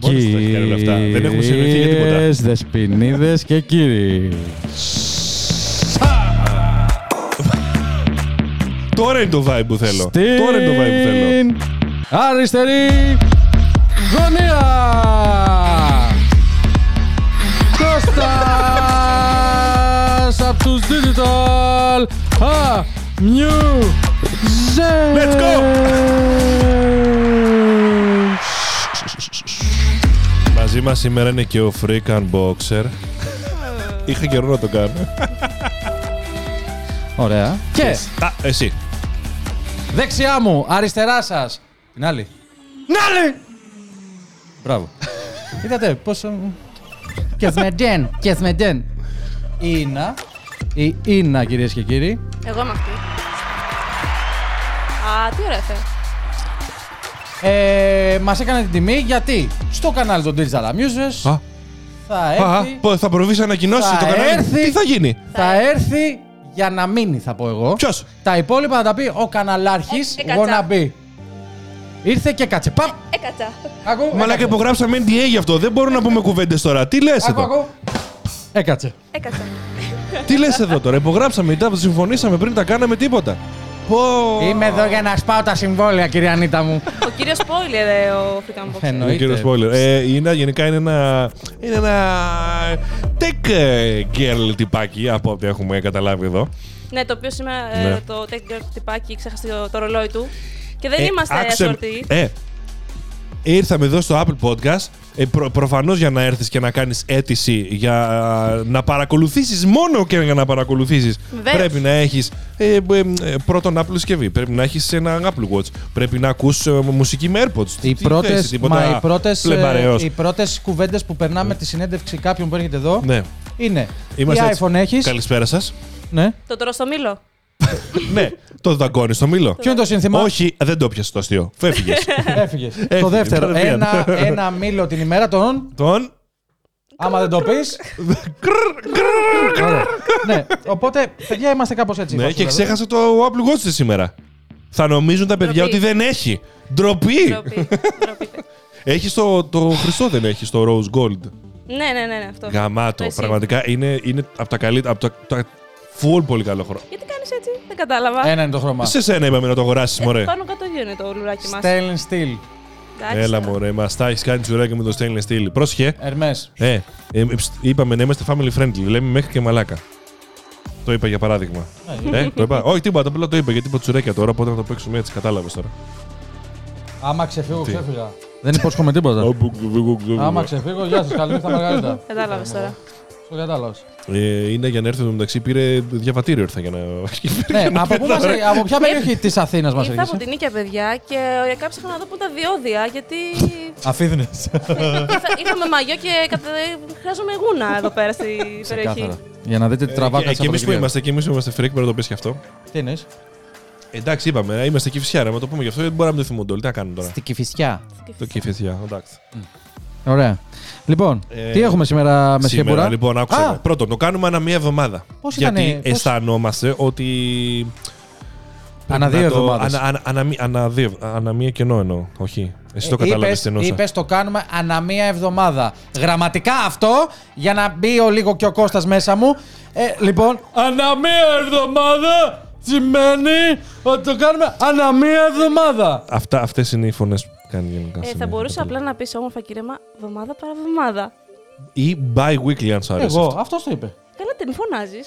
Μόνος του τα έχει κάνει όλα αυτά. Δεν έχουμε συνοηθεί για τίποτα. Κυρίες, δεσποινίδες και κύριοι. Τώρα είναι το vibe που θέλω. Στην Τώρα είναι το vibe που θέλω. Αριστερή γωνία. Κώστας από τους Digital Α, Music. Let's go. Μαζί μας σήμερα είναι και ο Freak Unboxer. Είχα καιρό να το κάνω. Ωραία. Και Α, εσύ. δεξιά μου, αριστερά σας. Την άλλη. Νάλη! Μπράβο. Είδατε πόσο... Και με ντεν, και με ντεν. Η Ίνα, η Ίνα κυρίες και κύριοι, Εγώ είμαι αυτή. Α, τι ωραία θε. ε, μας έκανε την τιμή γιατί στο κανάλι των Digital Amuses Α, θα α, έρθει, πω, θα προβείς ανακοινώσεις Θα στο κανάλι. έρθει. Τι θα γίνει. θα έρθει για να μείνει θα πω εγώ. Ποιος? Τα υπόλοιπα θα τα πει ο καναλάρχης Ε, ε, κατσά. wannabe. Ήρθε και κάτσε. Παπ! Έκατσα. Ακού, Μαλάκα έκατσε. υπογράψαμε NDA γι' αυτό. Δεν μπορούμε να πούμε κουβέντες τώρα. Τι λες Ακού, εδώ. ακού. Έκατσε. Έκατσα. Τι λες εδώ τώρα. Υπογράψαμε. Ήταν που συμφωνήσαμε πριν τα κάναμε τίποτα. Πω. Είμαι εδώ για να σπάω τα συμβόλαια, κυρία Ανίτα μου. ο κύριος Πόιλερ, ε, ο Φρικάν Boxer. Εννοώ. Είναι ο κύριος Εννοείται. Σπόιλερ. Ε, η Ίνα γενικά είναι ένα. Είναι ένα. Tech ε, girl τυπάκι από ό,τι έχουμε καταλάβει εδώ. Ναι, το οποίο σήμερα Ναι. ε, το Tech Girl τυπάκι ξέχασε το, το ρολόι του. Και δεν Ε, είμαστε άκουσε- σορτοί. Ε, ήρθαμε εδώ στο Apple Podcast. Ε, προ, Προφανώς για να έρθεις και να κάνεις αίτηση για ε, να παρακολουθήσεις μόνο και για να παρακολουθήσεις. Βεβαίως. Πρέπει να έχεις ε, ε, ε, πρώτον Apple συσκευή. Πρέπει να έχεις ένα Apple Watch. Πρέπει να ακούς ε, μουσική με AirPods. Οι Τι θες, πρώτες, τίποτα μα οι πρώτες, ε, φλεμπαρεός. οι πρώτες κουβέντες που περνάμε τη συνέντευξη κάποιον που έρχεται εδώ Ναι. είναι Είμαστε τι έτσι. iPhone έχεις, Καλησπέρα σας. ναι. Το τρώω στο μήλο. Ναι, το δαγκώνεις στο μήλο. ποιο είναι το σύνθημα, Όχι, δεν το πιασε το αστείο. Φεύγες. έφυγες. το Έφυγες, δεύτερο, κατευθείαν. ένα, ένα μήλο την ημέρα τον, Τον. άμα δεν το πεις, Ωραία. ναι. Οπότε, παιδιά, είμαστε κάπως έτσι. δηλαδή. Ναι, βάζουμε και εδώ. ξέχασε το Apple Watch της σήμερα. Θα νομίζουν τα παιδιά Ντροπή. ότι δεν έχει. Ντροπή! Ντροπή. Ντροπή. Έχεις το, το χρυσό, δεν έχεις το Rose Gold. ναι, ναι, ναι, ναι, αυτό. Γαμάτο. Εσύ. Πραγματικά είναι, είναι από τα καλύτερα. Από τα, τα full πολύ καλό χρόνο. Γιατί κάνεις έτσι, δεν κατάλαβα. Ε, Ένα είναι το χρώμα. Σε σένα είπαμε να το αγοράσεις, Ε, μωρέ. πάνω κάτω δύο είναι το λουράκι μας. Στέλν Στυλ, Έλα, μωρέ, μας τα έχεις κάνει τσουράκι με το stainless steel. Πρόσχε. Ερμές. Ε, ε, ε, ψ, είπαμε να είμαστε family friendly. Λέμε μέχρι και μαλάκα. Το είπα για παράδειγμα. Ναι. ε, το είπα. Όχι, τίποτα. Απλά το είπα γιατί είπα τσουρέκια τώρα. Οπότε να το παίξουμε έτσι. Κατάλαβες τώρα. Άμα ξεφύγω, ξέφυγα. Δεν υπόσχομαι τίποτα. Άμα ξεφύγω, γεια σας, καληνύχτα Μαργαρίτα. Κατάλαβες τώρα. Το κατάλαβες. Ε, είναι για να έρθει εδώ μεταξύ. Πήρε διαβατήριο ήρθα για να. Ναι, από, πού μας, από Ε, ποια περιοχή της Αθήνας μας Ήρθα από έρχεσαι. την Νίκαια, παιδιά, και ωριακά ψάχνα να δω πού τα διόδια, γιατί Αφίδνες. ήρθα- είχαμε μαγιό και κατα... χρειάζομαι γούνα εδώ πέρα στη περιοχή. Ξεκάθαρα. Για να δείτε τι τραβά Ε, κάθε και εμείς που Σαββατοκύριακο. είμαστε, και εμείς που είμαστε freak, πρέπει να το πεις και αυτό. Τι εννοείς? Εντάξει, είπαμε, ε, είμαστε κυφσιάρα. Μα το πούμε γι' αυτό, δεν μπορούμε να μην το θυμούνται όλοι. Τι να κάνουμε τώρα. Στην Κηφισιά. Το κυφσιά, εντάξει. Ωραία. Λοιπόν, Ε, τι έχουμε σήμερα με Σήμερα, σκεπουρά. λοιπόν, άκουσα. με. Πρώτον, το κάνουμε ανά μία εβδομάδα. Πώς Γιατί ήτανε, πώς- αισθανόμαστε ότι. Ανά να δύο το- εβδομάδες. Ανα, ανα, ανα, μία- ανα, δύο- ανα μία και ενώ εννοώ. Όχι. Εσύ Ε, το κατάλαβε τι εννοούσα. Είπες το κάνουμε ανά μία εβδομάδα. Γραμματικά αυτό, για να μπει ο λίγο και ο Κώστας μέσα μου. Ε, λοιπόν, ανά μία εβδομάδα σημαίνει ότι το κάνουμε ανά μία εβδομάδα. Αυτά, αυτές είναι οι φωνές που κάνει γενικά. Ε, στην- θα μπορούσα απλά να πεις όμορφα κήρεμα βδομάδα παρά βδομάδα. Ή bi-weekly, αν σου αρέσει. Εγώ, αυτό το είπε. Καλά, τι μη φωνάζει.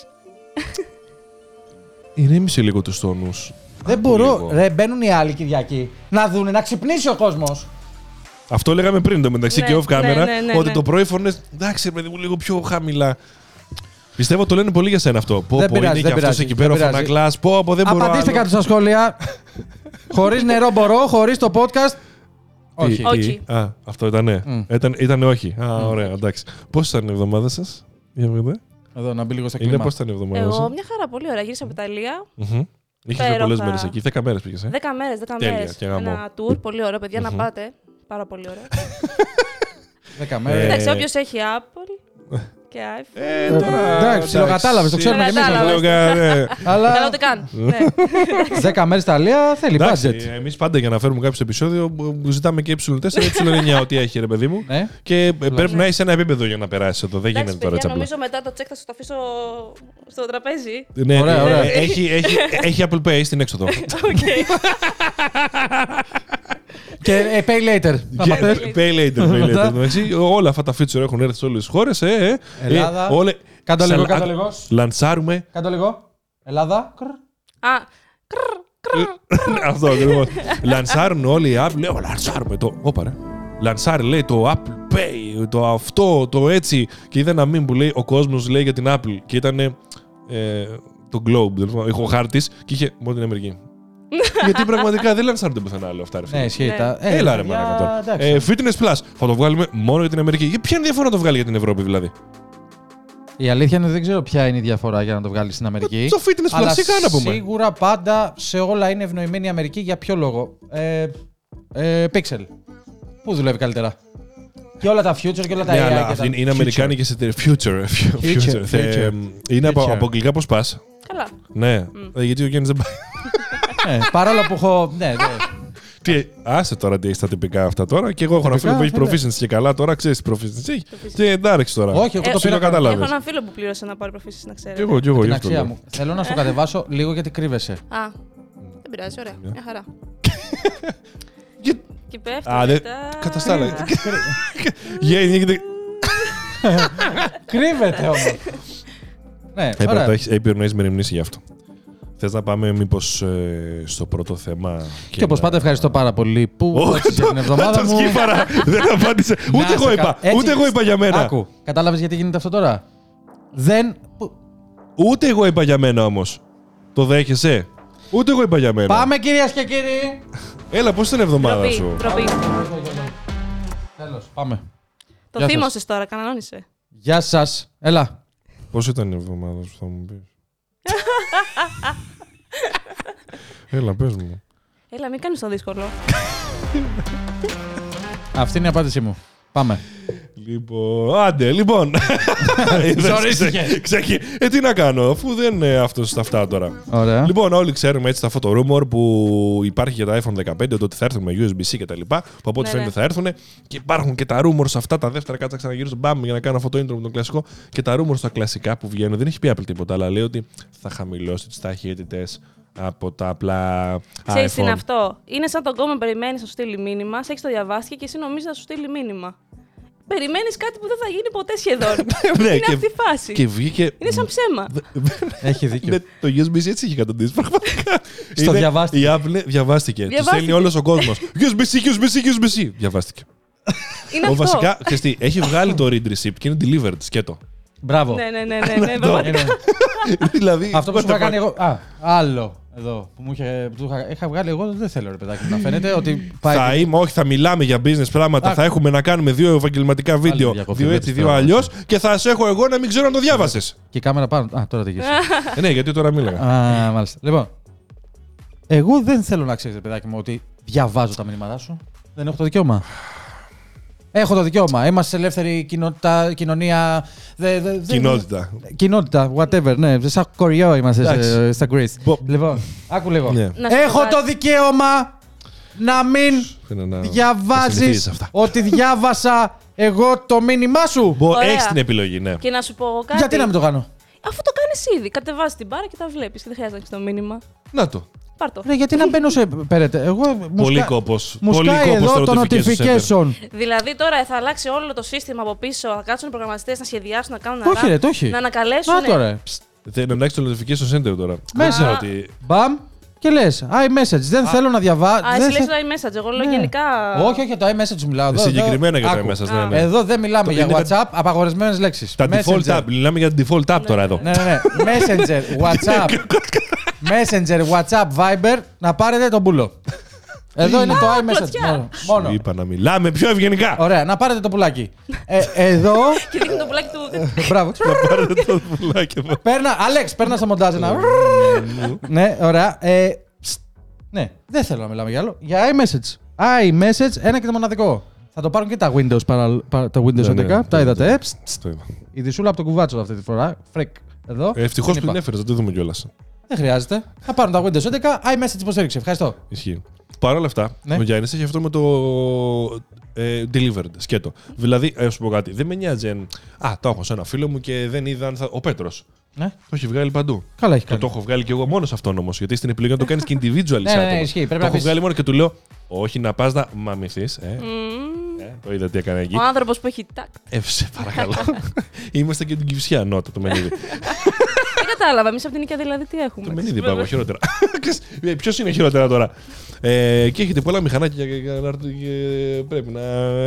Ηρέμησε λίγο τους τόνους. Δεν μπορώ. Ρε, μπαίνουν οι άλλοι Κυριακοί να δούνε, να ξυπνήσει ο κόσμος. Αυτό λέγαμε πριν το μεταξύ Ναι, και off ναι, κάμερα. ναι, ναι, ότι ναι. το πρωί φωνές. Εντάξει, ρε παιδί μου, λίγο πιο χαμηλά. Πιστεύω το λένε πολύ για σένα αυτό. Πω, Δεν πω, πειράζει, δεν είναι και αυτός πειράζει, εκεί δεν πέρα ο πειράζει. φωνακλάς. Πω, πω, δεν μπορώ. Απαντήστε άλλο. κάτω στα σχόλια. χωρίς νερό μπορώ, χωρίς το podcast. Τι, Όχι. τι, Όχι. Α, αυτό ήταν ναι. Ήταν, ήτανε όχι. Α, ωραία, εντάξει. Πώς ήταν η εβδομάδα σας, για βέβαια. Εδώ να μπει λίγο στα Είναι κλίμα. πώς ήταν η εβδομάδα Εγώ σας. μια χαρά, πολύ ωραία. Γύρισα από Ε. Ιταλία. Είχε Πέροχα. πολλέ μέρε εκεί. 10 μέρες πήγες. Ε. 10 μέρε, 10 Τέλεια, μέρες. και γαμό. Ένα tour, πολύ ωραίο, παιδιά, να πάτε. Πάρα πολύ ωραίο. Δέκα μέρες. Ε, Εντάξει, όποιος έχει Apple. και άιφ. Ε, τώρα. Εντάξει, ψιλοκατάλαβες, το ξέρουμε κι εμείς αυτό. Καλά, Αλλά ούτε Ε. καν. Ναι. 10 μέρε στα Αλία θέλει budget. Εμείς πάντα για να φέρουμε κάποιο στο επεισόδιο μπο- ζητάμε και ε4 και ε9 ό,τι έχει, ρε παιδί μου. Ναι. Και ε, πρέπει να είσαι ένα επίπεδο για να περάσεις εδώ. Δεν Εντάξει, γίνεται τώρα έτσι παιδιά, απλά. νομίζω μετά το τσεκ θα σου το αφήσω στο τραπέζι. Ναι, Ωραία, ε, ωραία. Έχει, έχει, έχει Apple Pay στην έξοδο. Οκ. Και ε, pay later. θα Και- μας πες. Pay later, pay later. Εντάξει, Όλα αυτά τα feature έχουν έρθει σε όλες τις χώρες. Ελλάδα. Κάτω λίγο, κάτω λίγο. Ε, Λανσάρουμε. Κάτω λίγο. Ελλάδα. Κρ. Α, Ε, Αυτό ακριβώς. Λανσάρουν όλοι οι app. Λέω, λανσάρουμε το. Όπα ρε. Λανσάρει, λέει το Apple Pay, το αυτό, το έτσι. Και είδα ένα meme που λέει ο κόσμος λέει για την Apple. Και ήταν ε, το Globe, δεν θυμάμαι, ο χάρτη και είχε μόνο την Αμερική. Γιατί πραγματικά δεν λανσάρονται πουθενά άλλο αυτά. Ρε, φίλε. Ναι, ισχύει. Ναι. τα- ε, Έλα ρε παιδιά, μαλάκα τώρα. εντάξει. Ε, fitness Plus. Θα το βγάλουμε μόνο για την Αμερική. Για ποια είναι η διαφορά να το βγάλει για την Ευρώπη δηλαδή. Η αλήθεια είναι ότι δεν ξέρω ποια είναι η διαφορά για να το βγάλεις στην Αμερική. Ε, Το fitness plus, Αλλά τι κάνει να πούμε. Σίγουρα πάντα σε όλα είναι ευνοημένη η Αμερική για ποιο λόγο. Ε, ε, Pixel. Πού δουλεύει καλύτερα. Και όλα τα future και όλα τα Ναι, AI. αλλά και τα... αυτή είναι, είναι αμερικάνικε εταιρείε. Future. ε, future. Future, Θε- ε, future. Είναι από, Future. από αγγλικά πώς πας. καλά. Ναι. Ε, Γιατί ο Γιάννης δεν πάει. Ναι, παρόλο που έχω. Ναι, ναι. Τι, άσε τώρα τι έχεις τα τυπικά αυτά τώρα. Και εγώ έχω ένα Τυπικά, φίλο που έχει βέβαια. proficiency και καλά τώρα, ξέρεις τι proficiency έχει. Και εντάξει τώρα. Όχι, εγώ Ε, το Ψιλο πήρα κατά Έχω κατάλαβε. έναν φίλο που πλήρωσε να πάρει προφήσεις, να Και ξέρετε. εγώ, και εγώ, γι' την αυτό. αξία λέω. μου. Θέλω να σου κατεβάσω λίγο γιατί κρύβεσαι. Α, δεν πειράζει, ωραία. Μια χαρά. Και- Και πέφτει Α, δεν. μετά. Κατά τα άλλα. Γεια, Ε, γίνεται. Κρύβεται όμως. ναι, Έπρεπε να ωραία. το έχει επιρροή μεριμνήσει γι' αυτό. Θες να πάμε μήπως στο πρώτο θέμα. Και όπως να- πάντα ευχαριστώ πάρα πολύ που Ω, ήρθες για την εβδομάδα Τα μου. σκύφαρα. Δεν απάντησε. Ούτε Να εγώ σε είπα. κα- έτσι- Ούτε εγώ είπα για μένα. Άκου, κατάλαβες γιατί γίνεται αυτό τώρα. Δεν. που- Ούτε εγώ είπα για μένα όμως. Το δέχεσαι. Ούτε εγώ είπα για μένα. Πάμε κυρίες και κύριοι. Έλα, πώς ήταν η εβδομάδα Ντροπή, σου. ντροπή. Τέλος, πάμε. Το Γεια σας. θύμωσες τώρα, κανόνισε. Γεια σας. Έλα. Πώς ήταν η εβδομάδα σου, θα μου πεις. Έλα, πες μου. Έλα, μην κάνεις το δύσκολο. Αυτή είναι η απάντησή μου. Πάμε. Λοιπόν, άντε, λοιπόν. Είδες, Ζωρίστηκε. ξε- ξεκι- Ε, τι να κάνω, αφού δεν είναι αυτός στα αυτά τώρα. Ωραία. Λοιπόν, όλοι ξέρουμε έτσι τα photo rumor που υπάρχει για τα iPhone 15, ότι θα έρθουν με USB-C και τα λοιπά, που από ό,τι Ναι, φαίνεται ναι. θα έρθουν. Και υπάρχουν και τα rumors αυτά, τα δεύτερα κάτσα ξαναγυρίζω μπαμ για να κάνω αυτό το intro με τον κλασικό. Και τα rumors τα κλασικά που βγαίνουν, δεν έχει πει Apple τίποτα, αλλά λέει ότι θα χαμηλώσει τις ταχύτητες από τα απλά Ξέρεις τι είναι iPhone. αυτό. Είναι σαν τον κόμμα περιμένεις να σου στείλει μήνυμα, σε έχεις το διαβάσει και εσύ νομίζεις να σου στείλει μήνυμα. Περιμένεις κάτι που δεν θα γίνει ποτέ σχεδόν. Ναι, Είναι και- αυτή η φάση. Και βγήκε. Είναι σαν ψέμα. Έχει δίκιο. Ναι, το USB-C έτσι είχε καταντήσει πραγματικά. Στο Είναι- διαβάστηκε. Η Apple ναι, διαβάστηκε. Του Διαβάστηκε. στέλνει όλος ο κόσμος. USB-C, USB-C, USB-C. Διαβάστηκε. Είναι Ο αυτό. βασικά, ξέρεις τι, έχει βγάλει το read receipt και είναι delivered, σκέτο. Μπράβο. Ναι, ναι, ναι, ναι, ναι, πραγματικά. Είναι δηλαδή, Αυτό που what σου the είχα κάνει fuck. εγώ. Α, άλλο εδώ που μου είχε. που είχα- είχα βγάλει εγώ. Δεν θέλω ρε παιδάκι μου να φαίνεται ότι Θα πάει. είμαι, όχι, θα μιλάμε για business πράγματα. Α. Θα έχουμε να κάνουμε δύο ευαγγελματικά βίντεο. διακοπή, Δύο έτσι, βλέπεις δύο τώρα. αλλιώς. Και θα σε έχω εγώ να μην ξέρω αν το διάβασες. Και η κάμερα πάνω. Α, τώρα δεν ναι, γιατί τώρα μίλαγα. Α, μάλιστα. Λοιπόν, εγώ δεν θέλω να ξέρεις, παιδάκι μου, ότι διαβάζω τα μηνύματά σου. Δεν έχω το δικαίωμα. Έχω το δικαίωμα. Είμαστε σε ελεύθερη κοινότητα, κοινωνία. Δε, δε, δε- Κοινότητα. Κοινότητα, whatever, ναι. Σαν κοριό είμαστε σε- Εντάξει. στα Greece. Μπο- Λοιπόν, άκου λίγο. Ναι. Να σου Έχω πω το κάτι. δικαίωμα να μην Θέλω να- να συνηθίζεις διαβάζεις αυτά. ότι διάβασα εγώ το μήνυμά σου. Μπο- Ωραία. Έχεις την επιλογή, ναι. Και να σου πω κάτι. Γιατί να μην το κάνω. Αφού το κάνεις ήδη, κατεβάζεις την μπάρα και τα βλέπεις και δεν χρειάζεται να έχεις το μήνυμα. Να το. Πάρ το. Ναι, γιατί να μπαίνω σε πέρετε. Εγώ, μου Πολύ σκα- κόπος. Μου Πολύ σκάει κόπος εδώ το το notification notification. Δηλαδή τώρα θα αλλάξει όλο το σύστημα από πίσω, θα κάτσουν οι προγραμματιστές να σχεδιάσουν, να κάνουν Το όχι, αρά- ρε, το όχι. να ανακαλέσουν. Α, τώρα. Ψ, Θέλω να έχεις το notification center τώρα. Μέσα. Ξέρω ότι. Μπαμ και λες. iMessage. Δεν θέλω να διαβάζω. Α, εσύ λες το iMessage, εγώ λέω γενικά. Ναι. Όχι, όχι, το iMessage μιλάω. Εδώ, Ε, Συγκεκριμένα εδώ- για το Άκου. Ε, iMessage, ναι, ναι. Εδώ δεν μιλάμε για είναι τα- WhatsApp, απαγορευμένες λέξεις. Τα default app. Μιλάμε για τα default app τώρα εδώ. Ναι, ναι, ναι. Messenger, WhatsApp. Messenger, WhatsApp, Viber. Να πάρετε τον πουλό. Εδώ είναι το iMessage. κλωτσιά. μόνο, Μόνο. Σου Είπα να μιλάμε πιο ευγενικά. Ωραία, να πάρετε το πουλάκι. Ε, εδώ. Και δείχνει το πουλάκι του. Μπράβο. Πάρε το πουλάκι εδώ. Παίρνα, Αλέξ, παίρνα στο μοντάζ ένα. ναι, ωραία. Ε, ψτ. ναι, δεν θέλω να μιλάμε για άλλο. Για iMessage. iMessage, ένα και το μοναδικό. Θα Θα το πάρουν και τα Windows, παρα, παρα- τα Windows 11. Ναι, ναι, τα ναι, είδατε. ναι. ε, ψ, ψ. Το είπα. Η δυσούλα από τον κουβάτσο αυτή τη φορά. Φρικ. Εδώ. Ευτυχώ Ε, που Δεν την είπα. έφερες, δεν το δούμε κιόλας. Δεν χρειάζεται. Θα πάρουν τα Windows 11. iMessage υποστήριξη. Ευχαριστώ. Ισχύει. Παρ' όλα αυτά, Ναι. ο Γιάννης έχει αυτό με το ε, delivered, σκέτο. Δηλαδή, α σου πω κάτι, δεν με νοιάζει. αν, Α, το έχω σε ένα φίλο μου και δεν είδα αν θα. Ο Πέτρος. Ναι. Το έχει βγάλει παντού. Καλά έχει Το, κάνει. το έχω βγάλει κι εγώ μόνος αυτόν όμως. Γιατί στην επιλογή να το κάνεις και individual ναι, σε ναι, άτομος. ισχύει. Πρέπει Το να έχω πεις. βγάλει μόνο και του λέω, Όχι, να πας να μαμηθείς. Ε, Μμμ. ε, το είδα τι έκανε εκεί. Ο άνθρωπος που έχει τάκ. Ε, σε παρακαλώ. Είμαστε και την κυψιά νότα του Μενίδη. Δεν κατάλαβα. Εμείς από την οικία δηλαδή τι έχουμε. του Μενίδη είπα εγώ χειρότερα. Ποιος είναι χειρότερα τώρα. Ε, και έχετε πολλά μηχανάκια και, και- και πρέπει να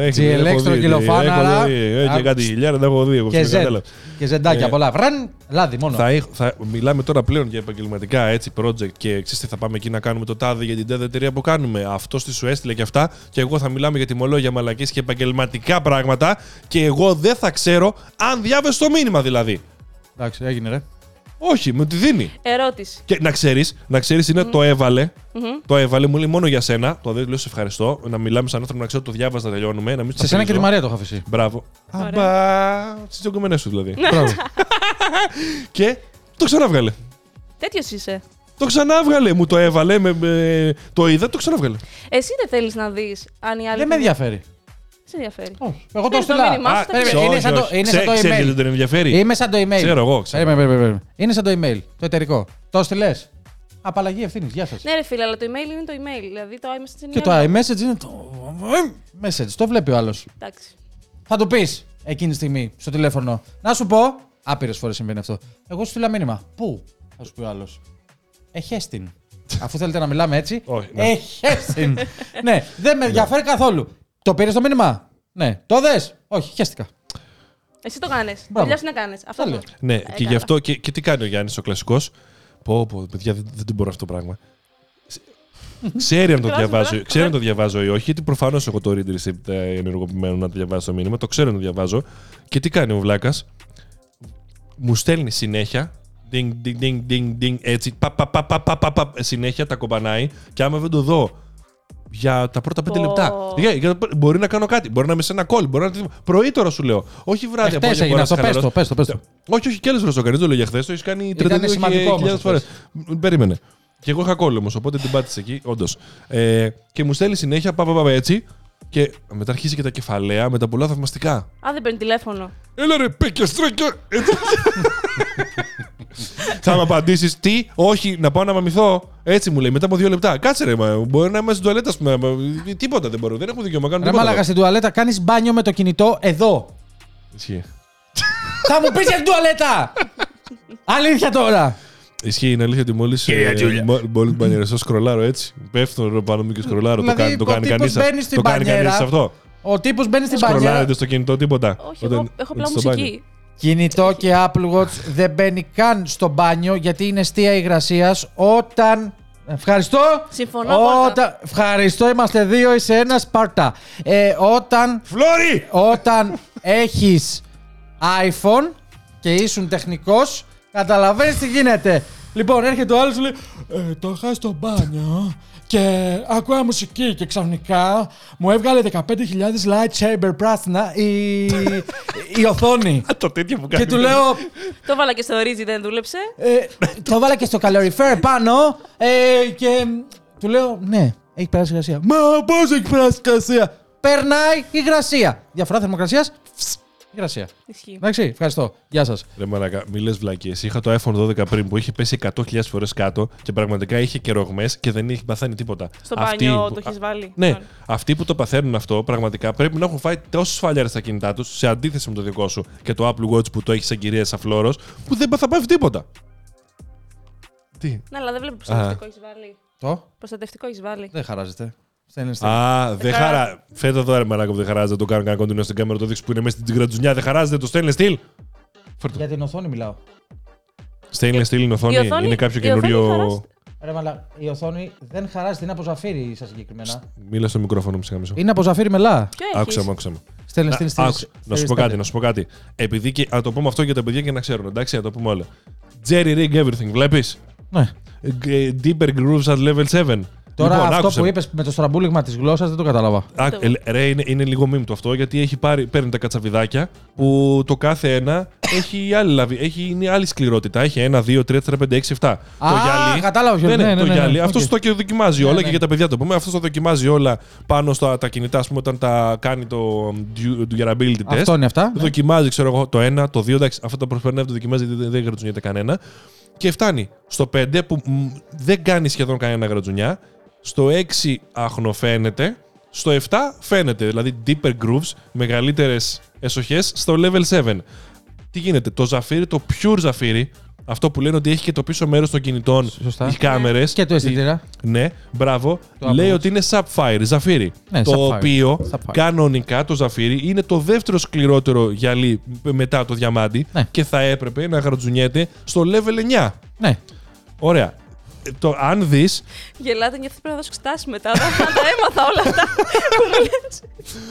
έχετε. GLX, έχω δει, τρογγυλοφάναρα. έχω δει, ε, Α, Και κάτι χιλιάρια έχω δει. έχω Και, ψηφίσει, ζεν, κατάλαβα. και ζεντάκια Ε, πολλά. Βραν, λάδι μόνο. Θα, έχ- θα, μιλάμε τώρα πλέον για επαγγελματικά έτσι, project και ξέρεις τι θα πάμε εκεί να κάνουμε το τάδε για την τάδε εταιρεία που κάνουμε. Αυτό τι σου έστειλε και αυτά. Και εγώ θα μιλάμε για τιμολόγια μαλακής και επαγγελματικά πράγματα. Και εγώ δεν θα ξέρω αν διάβεσαι το μήνυμα δηλαδή. Εντάξει, έγινε ρε. Όχι, μου τη δίνει. Ερώτηση. Και να ξέρεις, να ξέρεις είναι το εβαλε Το έβαλε, μου λέει μόνο για σένα. Το δεν λέω σε ευχαριστώ. Να μιλάμε σαν άνθρωπο, να ξέρω ότι το διάβαζα, να τελειώνουμε. Να μην Σε σένα και τη Μαρία το είχα αφήσει. Μπράβο. Ωραία. Αμπά. Στις κομμενέ σου δηλαδή. Μπράβο. και το ξαναβγάλε. Τέτοιος είσαι. Το ξανάβγαλε, μου το έβαλε, με, με- το είδα, το ξανάβγαλε. Εσύ δεν θέλεις να δεις αν οι άλλοι. Δεν με ενδιαφέρει. Σε ενδιαφέρει. Όχι. Εγώ το Θέλεις Ε, το στείλα. μήνυμά σου, Α, το περίμενε, ξέρω, Είναι σαν όχι, το- όχι. είναι Ξέ- σαν το ξέρεις γιατί email. τον ενδιαφέρει. Είμαι σαν το email. Ξέρω εγώ, ξέρω. Περίμενε, περίμενε, περίμενε. Είναι σαν το email, το εταιρικό. Το έστειλε. Απαλλαγή ευθύνης, γεια σας. Ναι, ρε φίλε, αλλά το email είναι το email. Δηλαδή το iMessage είναι. Και το iMessage είναι το. Message, το βλέπει ο άλλος. Εντάξει. Θα του πεις εκείνη τη στιγμή στο τηλέφωνο. Να σου πω. Άπειρες φορές συμβαίνει αυτό. Εγώ σου στείλα μήνυμα. Πού, θα σου πει ο άλλος. Εχέστην. Αφού θέλετε να μιλάμε έτσι. Όχι, ναι. Εχέστην. ναι, δεν με ενδιαφέρει καθόλου. Το πήρες το μήνυμα. Ναι. Το δες. Όχι, χέστηκα. Εσύ το κάνει. Μπράβο. Δουλειάς σου να κάνεις. Αυτό Τέλεια. το. Ναι, και καλά. γι' αυτό και, και τι κάνει ο Γιάννης ο κλασικός. Πω, πω, παιδιά, δεν, δεν το μπορώ αυτό το πράγμα. Ξέρει αν το Κλάσμα, διαβάζω, ε. ξέρει αν το διαβάζω ή όχι, γιατί προφανώς έχω το read receipt ε, ενεργοποιημένο να το διαβάζω το μήνυμα. Το ξέρω να το διαβάζω. Και τι κάνει ο Βλάκας. Μου στέλνει συνέχεια. Ding, ding, ding, ding, ding, έτσι. Πα, πα, πα, πα, πα, πα, πα, συνέχεια τα κομπανάει. Και άμα δεν το δω για τα πρώτα πέντε Πω. λεπτά. Για- για- μπορεί να κάνω κάτι. Μπορεί να είμαι σε ένα call. Μπορεί να... Πρωί τώρα σου λέω. Όχι βράδυ. Εχθές απόγευμα, έγινε να αυτό, σε πες το, χαλαρώσω. πες το, πες το. Όχι, όχι, και άλλες φορές το κάνει. Δεν το λέω για χθες. Το έχεις κάνει Ήτανε 32.000 σημαντικό όμως αυτό. φορέ. Περίμενε. Και εγώ είχα κόλλο όμως, οπότε την πάτησες εκεί, όντως. Ε, και μου στέλνει συνέχεια, πάπα, πάπα, έτσι. Και μετά αρχίζει και τα κεφαλαία με τα πολλά θαυμαστικά. Α, δεν παίρνει τηλέφωνο. Έλα ρε, πέκια, στρέκια. Έτσι. Θα μου απαντήσεις, τι, όχι, να πάω να μαμηθώ. Έτσι μου λέει, μετά από δύο λεπτά. Κάτσε ρε, μα, μπορεί να είμαι στην τουαλέτα, ας πούμε. μα, Τίποτα δεν μπορώ, δεν έχω δικαίωμα να κάνω Ρε τίποτα. μάλακα στην τουαλέτα, κάνεις μπάνιο με το κινητό εδώ. Ισχύει. Θα μου πεις για την τουαλέτα! Αλήθεια τώρα! Ισχύει, είναι αλήθεια ότι ε, μόλι. Μόλι μπανιερεστώ, σκρολάρω έτσι. Πέφτω ρε, πάνω μου και σκρολάρω. Δηλαδή, το κάνει, το ο κάνει τύπος κανείς. μπαίνει στην Το κάνει κανείς μπανιέρα. αυτό. Ο τύπος μπαίνει στην μπάνια. Σκρολάρετε στο κινητό τίποτα. Όχι, εγώ Όταν- έχω απλά στο μπάνιο. μουσική. Κινητό και Apple Watch δεν μπαίνει καν στο μπάνιο γιατί είναι αιστεία υγρασίας όταν. Ευχαριστώ. Συμφωνώ απόλυτα. Όταν... Ευχαριστώ, είμαστε δύο, είσαι ένας, Σπάρτα. Ε, όταν Φλόρι! όταν έχεις iPhone και ήσουν τεχνικός, καταλαβαίνεις τι γίνεται. Λοιπόν, έρχεται ο άλλος και λέει: «Ε, Το είχα στο μπάνιο και ακούω μουσική και ξαφνικά μου έβγαλε 15.000 lightsaber πράσινα η, η οθόνη. Α, Το τέτοιο που κάνει. και του λέω: Το βάλα και στο Origin, δεν δούλεψε. ε, το βάλα και στο καλοριφέρ πάνω ε, και του λέω ναι, έχει περάσει υγρασία. Μα πώς έχει περάσει υγρασία. Περνάει υγρασία. Διαφορά θερμοκρασίας, φσ, υγρασία. Ισχύει. Ναι. Εντάξει, ευχαριστώ. Γεια σας. Ρε μαλακά, μη λες βλακίες. Είχα το iPhone 12 πριν που είχε πέσει 100.000 φορές κάτω και πραγματικά είχε καιρογμές και δεν είχε παθάνει τίποτα. Στο Αυτοί μπάνιο που- το έχεις βάλει. Ναι, Ωραία. αυτοί που το παθαίνουν αυτό πραγματικά πρέπει να έχουν φάει τόσε φαλιάρε στα κινητά τους σε αντίθεση με το δικό σου και το Apple Watch που το έχεις σαν κυρία σαν φλόρος που δεν θα πάθεις τίποτα. Τι. Ναι, αλλά δεν βλέπω προστατευτικό έχεις βάλει. Το, Προστατευτικό έχεις βάλει. Ναι. δεν χαράζεται. Στέλνεις τα- Α, δεν χαρά- χαρά. Φέτα εδώ ρε μαλάκα που δεν χαράζεται. Το κάνω κανένα κοντινό στην κάμερα, το δείξω που είναι μέσα στην κρατζουνιά. Δεν χαράζεται το stainless steel. Για την οθόνη μιλάω. Stainless steel είναι οθόνη, η οθόνη- είναι κάποιο η οθόνη καινούριο. χαράζεται. Ρε μαλα, η οθόνη δεν χαράζεται, είναι από ζαφύρι σας συγκεκριμένα. Μίλα στο μικρόφωνο μου, σιγά μισό. Είναι από ζαφύρι μελά. Ποιο έχεις. Άκουσα με, άκουσα με. Στέλνεις Να- την άκουσα. Να σου πω κάτι, να σου πω κάτι. Επειδή και. Να το πούμε αυτό για τα παιδιά και να ξέρουν, εντάξει, να το πούμε όλα. Jerry Rig Everything, βλέπεις. Ναι. Deeper Ε, Grooves at Level 7. Το Τώρα Λοιπόν, αυτό άκουσε που με. είπες με το στραμπούλιγμα της γλώσσας δεν το κατάλαβα. Α, Το- ε, Ρε, είναι, είναι λίγο μήνυμα το αυτό, γιατί έχει πάρει, παίρνει τα κατσαβιδάκια που το κάθε ένα έχει άλλη, λαβή, έχει, είναι άλλη σκληρότητα. Έχει ένα, δύο, τρία, τέσσερα, πέντε, έξι, εφτά. Α, κατάλαβα ποιο- ναι, ναι, ναι, ναι, το ναι, ναι, γυάλι. οκ. Αυτό το και δοκιμάζει όλα ναι. και για τα παιδιά το πούμε. Αυτός το δοκιμάζει όλα πάνω στα τα κινητά, ας πούμε, όταν τα κάνει το um, du- durability test. Αυτό είναι αυτά. ναι. Δοκιμάζει, ξέρω εγώ, το 1, το 2, εντάξει, αυτά τα προσπερνάει, το δοκιμάζει, δεν, δεν γρατζουνιέται κανένα. Και φτάνει στο 5 που μ, δεν κάνει σχεδόν κανένα γρατζουνιά. Στο 6 αχνοφαίνεται. Στο 7 φαίνεται, δηλαδή deeper grooves, μεγαλύτερες εσοχές στο level 7. Τι γίνεται, το ζαφύρι, το pure ζαφύρι, αυτό που λένε ότι έχει και το πίσω μέρος των κινητών, Σωστά. οι κάμερες. Και το αισθητήρα. Ναι, μπράβο. Το Λέει Apple Watch. ότι είναι Sapphire, ζαφύρι. Ναι, το Sapphire. οποίο Sapphire. κανονικά το ζαφύρι είναι το δεύτερο σκληρότερο γυαλί μετά το διαμάντι Ναι. και θα έπρεπε να γρατζουνιέται στο level 9. Ναι. Ωραία. Ε, Το, αν δεις, Γελάτε γιατί πρέπει να δώσω εξετάσεις μετά. όταν θα τα έμαθα όλα αυτά που μου λες.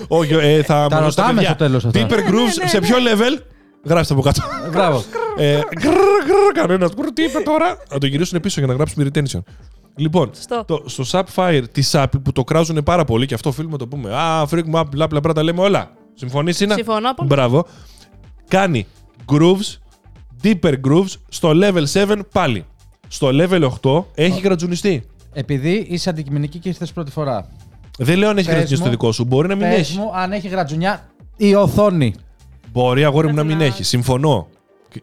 όχι, ε, θα Τα μου ρωτάμε στο τέλος αυτά. Deeper grooves, Ναι, ναι, ναι, σε ναι. ποιο level. Γράψτε από κάτω. Μπράβο. ε, γκρρ, γκρρ, Κανένα. γκρ, Τι είπε τώρα. Θα το γυρίσουν πίσω για να γράψουν retention. Λοιπόν, Σωστό. το, στο Sapphire τη Sappi που το κράζουν πάρα πολύ και αυτό οφείλουμε να το πούμε. Α, freak map, μπλα μπλα μπλα, τα λέμε όλα. Συμφωνείς, Σίνα? Συμφωνώ απόλυτα. Μπράβο. Κάνει grooves, deeper grooves στο level 7 πάλι. Στο level 8 έχει γρατζουνιστεί. Επειδή είσαι αντικειμενική και ήρθες πρώτη φορά. Δεν λέω αν έχει Πες γρατζουνιστεί το μου. δικό σου. Μπορεί να μην Πες έχει. μου, αν έχει γρατζουνιά η οθόνη. Μπορεί αγόρι μου να Πρέπει μην να- έχει. Συμφωνώ. Και-